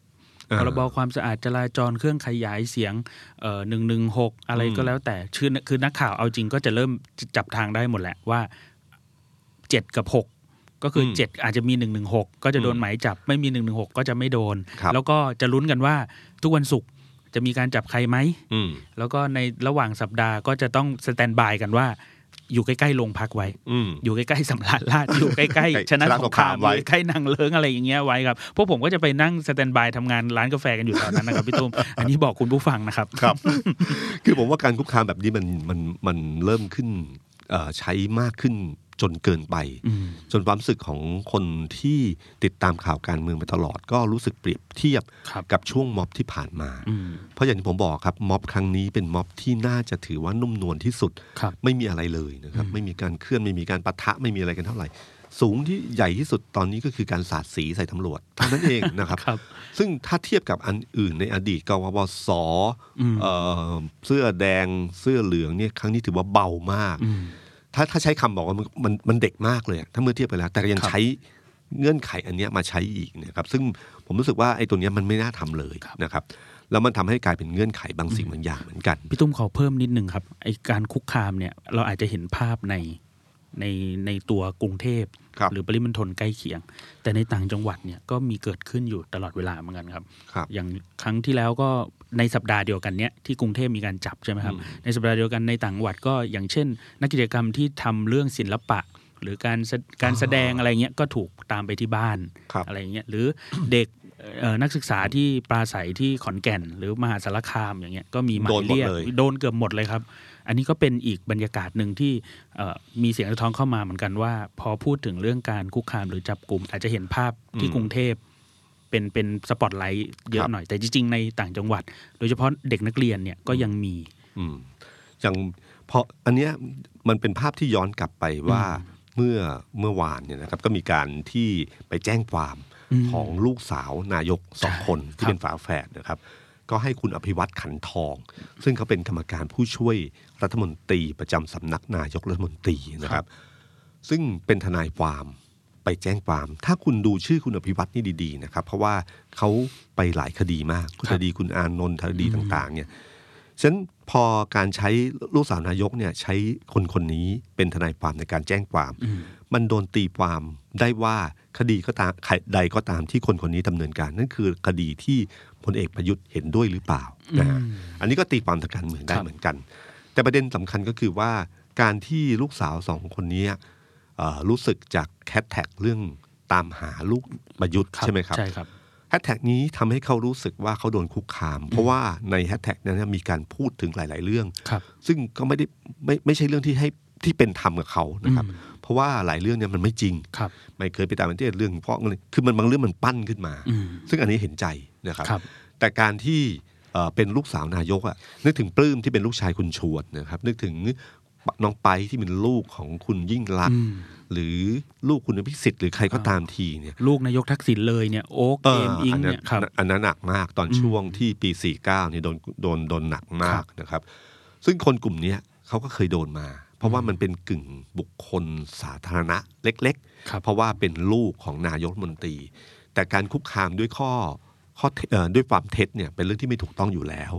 A: อ่า
B: พรบความสะอาดจราจรเครื่องขยายเสียงหนึ่งหนึ่งหกอะไรก็แล้วแต่ชื่อคือนักข่าวเอาจริงก็จะเริ่มจับทางได้หมดแหละว่าเจ็ดกับหกก็คืออ
A: ม
B: เจ็ดอาจจะมีหนึ่งหนึ่งหกก็จะโดน
A: อืม
B: หมายจับไม่มีหนึ่งหนึ่งหกก็จะไม่โดน
A: ครับ
B: แล้วก็จะลุ้นกันว่าทุกวันศุกร์จะมีการจับใครไหม
A: อืม
B: แล้วก็ในระหว่างสัปดาห์ก็จะต้องสแตนบายกันว่า อยู่ใกล้ๆโรงพักไว้
A: อืม
B: อยู่ใกล้ๆสำราญราช อยู่ใกล้ๆชนะสงคราม
A: ไว้
B: อยู่ใกล้ๆนางเลิ้งอะไรอย่างเงี้ยไว้ ครับพวกผมก็จะไปนั่งสแตนบายทำงานร้านกาแฟกันอยู่ตอนนั้นนะครับ พี่ตุ้ม อันนี้บอกคุณผู้ฟังนะครับ
A: ครับ คือผมว่าการคุกคามแบบนี้มันมันมันเริ่มขึ้นเอ่อใช้มากขึ้นจนเกินไป
B: อืม
A: จนความรู้สึกของคนที่ติดตามข่าวการเมืองมาตลอด ก็รู้สึกเปรียบเทียบ
B: ครับ
A: กับช่วงม็อบที่ผ่านมา
B: อืม
A: เพราะอย่างที่ผมบอกครับม็อบครั้งนี้เป็นม็อบที่น่าจะถือว่านุ่มนวลที่สุด
B: ครับ
A: ไม่มีอะไรเลยนะครับไม่มีการเคลื่อนไม่มีการปะทะไม่มีอะไรกันเท่าไหร่ สูงที่ใหญ่ที่สุดตอนนี้ก็คือการสาดสีใส่ตำรวจเท่านั้นเองนะครับ
B: ครับ
A: ซึ่งถ้าเทียบกับอันอื่นในอดีตกวบสเอ่อเสื้อแดงเสื้อเหลืองเนี่ยครั้งนี้ถือว่าเบามาก
B: อืม
A: ถ้าถ้าใช้คำบอกว่ามันมันมันเด็กมากเลยอะถ้าเมื่อเทียบไปแล้ว แต่ก็ยัง
B: ครับ
A: ใช้เงื่อนไขอันเนี้ยมาใช้อีกเนะครับ ซึ่งผมรู้สึกว่าไอ้ตัวเนี้ยมันไม่น่าทำเลย
B: ครับ
A: นะครับ แล้วมันทำให้กลายเป็นเงื่อนไขบางสิ่งบางอย่างเหมือนกัน
B: พี่ตุ้มขอเพิ่มนิดหนึ่งครับไอการคุกคามเนี่ยเราอาจจะเห็นภาพในในในตัวกรุงเทพ
A: ครับ
B: หรือปริมณฑลใกล้เคียง แต่ในต่างจังหวัดเนี่ยก็มีเกิดขึ้นอยู่ตลอดเวลาเหมือนกันครับ
A: ครับ
B: อย่างครั้งที่แล้วก็ในสัปดาห์เดียวกันเนี้ยที่กรุงเทพมีการจับใช่ไหมครับ ในสัปดาห์เดียวกันในต่างจังหวัดก็อย่างเช่น นักกิจกรรมที่ทำเรื่องศิลปะ หรือการแสการแสดงอะไรเงี้ยก็ถูกตามไปที่บ้าน
A: ครับ
B: อะไรเงี้ยหรือ เด็กเอ่อนักศึกษาที่ปราศัยที่ขอนแก่น หรือมหาสารคามอย่างเงี้ยก็มีหมายเรียก
A: โดนหมดเลย
B: โดนเกือบหมดเลยครับ อันนี้ก็เป็นอีกบรรยากาศหนึ่งที่เอ่อมีเสียงสะท้อนเข้ามาเหมือนกันว่า พอพูดถึงเรื่องการคุกคามหรือจับกลุ่ม อาจจะเห็นภาพที่กรุงเทพ เป็นเป็นสปอตไลท์เย
A: ครั
B: อะ
A: บ
B: หน่อยแต่จริง ๆ ในต่างจังหวัด โดยเฉพาะเด็กนักเรียนเนี่ยก็ยังมี
A: อืมอย่างเพราะอันเนี้ยมันเป็นภาพที่ย้อนกลับไปว่าเมื่อเมื่อวานเนี่ยนะครับก็มีการที่ไปแจ้งความของลูกสาวนายกสองคนที่เป็นฝาแฝดนะครับ ก็ให้คุณอภิวัตขันทอง ซึ่งเขาเป็นกรรมการผู้ช่วยรัฐมนตรีประจำสำนักนายกรัฐมนตรีนะครับ ซึ่งเป็นทนายความไปแจ้งความ ถ้าคุณดูชื่อคุณอภิวัตนี่ดีๆนะครับ เพราะว่าเขาไปหลายคดีมากคดีคุณอานนท์คดีต่างๆเนี่ย ฉะนั้นพอการใช้ลูกสาวนายกเนี่ยใช้คนคนนี้เป็นทนายความในการแจ้งความ มันโดนตีความได้ว่าคดีก็ตามใครใดก็ตามที่คนคนนี้ดำเนินการ นั่นคือคดีที่พลเอกประยุทธ์เห็นด้วยหรือเปล่านะฮะอันนี้ก็ตีความทางการเมืองได้
B: ครับ
A: เหมือนกัน แต่ประเด็นสำคัญก็คือว่าการที่ลูกสาวสองคนนี้เอ่อรู้สึกจากแคทแท็กเรื่องตามหาลูกประยุทธ์ใช่ไหมครับ
B: ใช่ครับ
A: แฮชแท็กนี้ทำให้เขารู้สึกว่าเขาโดนคุกคาม เพราะว่าในแฮชแท็กนั้นมีการพูดถึงหลาย ๆ เรื่อง
B: ครับ
A: ซึ่งก็ไม่ได้ไม่ไม่ใช่เรื่องที่ให้ที่เป็นธรรมกับเขานะครับ เพราะว่าหลายเรื่องเนี่ยมันไม่จริง
B: ครับ
A: ไม่เคยไปตามประเทศเรื่องเพราะเงินคือมันบางเรื่องมันปั้นขึ้นมา
B: อืม
A: ซึ่งอันนี้เห็นใจนะครับ
B: ครับ
A: แต่การที่เอ่อเป็นลูกสาวนายกอะนึกถึงปลื้มที่เป็นลูกชายคุณชวนนะครับ นึกถึงน้องไปที่เป็นลูกของคุณยิ่งลักษณ์หรือลูกคุณพิสิทธิ์หรือใครก็ตามทีเนี่ย
B: ลูกนายกทักษิณเลยเนี่ยโอ๊กเอมอิงเนี่ยครับ
A: อันนั้นหนักมากตอนช่วงที่ปี 49เนี่ยโดนโดนโดนหนักมา
B: ครั
A: ก
B: บ
A: นะครับ ซึ่งคนกลุ่มเนี้ยเขาก็เคยโดนมา เพราะว่ามันเป็นกึ่งบุคคลสาธารณะเล็ก
B: ครับ
A: ๆ เพราะว่าเป็นลูกของนายกรัฐมนตรี แต่การคุกคามด้วยข้อข้อเท็จเอ่อด้วยความเท็จเนี่ยเป็นเรื่องที่ไม่ถูกต้องอยู่แล้ว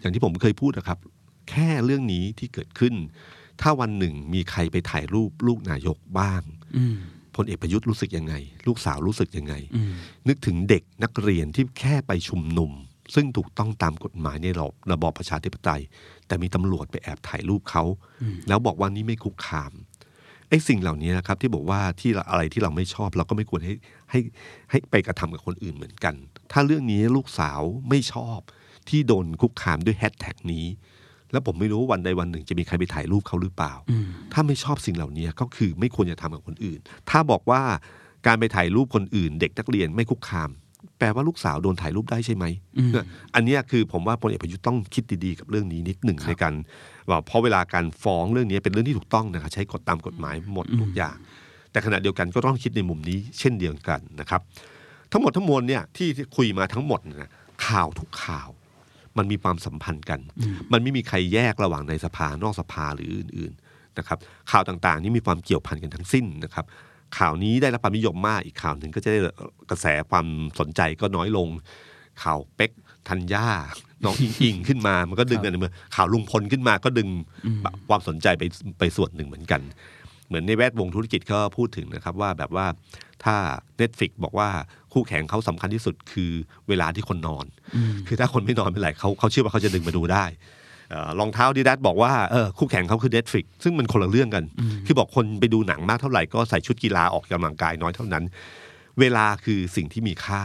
A: อย่างที่ผมเคยพูดนะครับ แค่เรื่องนี้ที่เกิดขึ้น ถ้าวันหนึ่งมีใครไปถ่ายรูปลูกนายกบ้าง
B: อืม
A: พลเอกประยุทธ์รู้สึกยังไง ลูกสาวรู้สึกยังไง
B: อืม
A: นึกถึงเด็กนักเรียนที่แค่ไปชุมนุม ซึ่งถูกต้องตามกฎหมายในระบระบอบประชาธิปไตย แต่มีตำรวจไปแอบถ่ายรูปเขา แล้วบอกว่านี่ไม่คุกคามไอ้สิ่งเหล่านี้นะครับ ที่บอกว่าที่เราอะไรที่เราไม่ชอบ เราก็ไม่ควรให้ให้ให้ไปกระทำกับคนอื่นเหมือนกัน ถ้าเรื่องนี้ลูกสาวไม่ชอบ ที่โดนคุกคามด้วยแฮชแท็กนี้ แล้วผมไม่รู้ว่าวันใดวันหนึ่งจะมีใครไปถ่ายรูปเขาหรือเปล่า ถ้าไม่ชอบสิ่งเหล่านี้ก็คือไม่ควรจะทำกับคนอื่น ถ้าบอกว่าการไปถ่ายรูปคนอื่น เด็กนักเรียนไม่คุกคาม แปลว่าลูกสาวโดนถ่ายรูปได้ใช่ไหม
B: อืม
A: อันเนี้ยคือผมว่าพลเอกประยุทธ์ต้องคิดดีๆกับเรื่องนี้นิดหนึ่ง
B: ครับ
A: ในการว่าเพราะเวลาการฟ้องเรื่องนี้เป็นเรื่องที่ถูกต้องนะครับใช้กฎตามกฎหมายหมด
B: อืม
A: ทุกอย่าง แต่ขณะเดียวกันก็ต้องคิดในมุมนี้เช่นเดียวกันนะครับ ทั้งหมดทั้งมวลเนี่ยที่ที่คุยมาทั้งหมดเนยนะข่าวทุกข่าว มันมีความสัมพันธ์กัน มันไม่มีใครแยกระหว่างในสภานอกสภาหรืออื่นๆนะครับ ข่าวต่างๆ นี่มีความเกี่ยวพันกันทั้งสิ้นนะครับ ข่าวนี้ได้รับความนิยมมากอีกข่าวหนึ่งก็จะได้กระแสความสนใจก็น้อยลง ข่าวเป็กธัญญาน้องอิงอิงขึ้นมามันก็ดึงกันเมือข่าวลุงพลขึ้นมาก็ดึงความสนใจไปไปส่วนหนึ่งเหมือนกัน เหมือนในแวดวงธุรกิจเขาพูดถึงนะครับว่าแบบว่าถ้า Netflix บอกว่าคู่แข่งเขาสำคัญที่สุดคือเวลาที่คนนอน คือถ้าคนไม่นอนเป็นไรเขาเขาเชื่อว่าเขาจะดึงมาดูได้เอ่อรองเท้าดีดัสบอกว่าเออคู่แข่งเขาคือ Netflix ซึ่งมันคนละเรื่องกัน คือบอกคนไปดูหนังมากเท่าไหร่ก็ใส่ชุดกีฬาออกกำลังกายน้อยเท่านั้น เวลาคือสิ่งที่มีค่า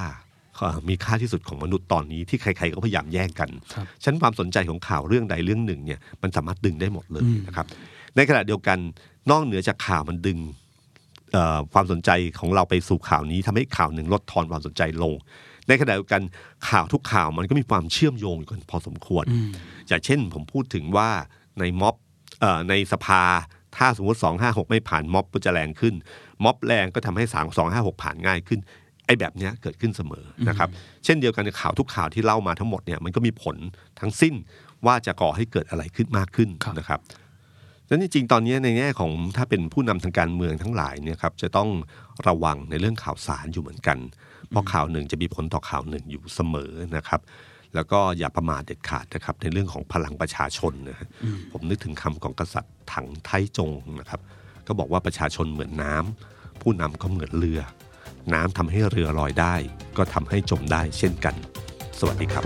A: เอ่อมีค่าที่สุดของมนุษย์ตอนนี้ที่ใครๆก็พยายามแย่งกัน
B: ครับ
A: ฉะนันความสนใจของข่าวเรื่องใดเรื่องหนึ่งเนี่ยมันสามารถดึงได้หมดเลยนะครับ ในขณะเดียวกันนอกเหนือจากข่าวมันดึงเอ่อความสนใจของเราไปสู่ข่าวนี้ทำให้ข่าวหนึ่งลดทอนความสนใจลง ในขณะเดียวกันข่าวทุกข่าวมันก็มีความเชื่อมโยงกันพอสมควร อย่างเช่นผมพูดถึงว่าในม็อบเอ่อในสภาถ้าสมมติ 256 ไม่ผ่านม็อบก็จะแรงขึ้น ม็อบแรงก็ทำให้ 3 2 5 6 ผ่านง่ายขึ้น ไอ้แบบเนี้ยเกิดขึ้นเสมอนะครับเช่นเดียวกันข่าวทุกข่าวที่เล่ามาทั้งหมดเนี่ยมันก็มีผลทั้งสิ้นว่าจะก่อให้เกิดอะไรขึ้นมากขึ้น
B: ครับ
A: นะครับดังนั้นจริงๆตอนนี้ในแง่ของถ้าเป็นผู้นำทางการเมืองทั้งหลายเนี่ยครับจะต้องระวังในเรื่องข่าวสารอยู่เหมือนกัน เพราะข่าวหนึ่งจะมีผลต่อข่าวหนึ่งอยู่เสมอนะครับ แล้วก็อย่าประมาทเด็ดขาดนะครับในเรื่องของพลังประชาชนนะฮะผมนึกถึงคำของกษัตริย์ถังไทจงนะครับ ก็บอกว่าประชาชนเหมือนน้ำผู้นำก็เหมือนเรือ น้ำทำให้เรือลอยได้ ก็ทำให้จมได้เช่นกัน สวัสดีครับ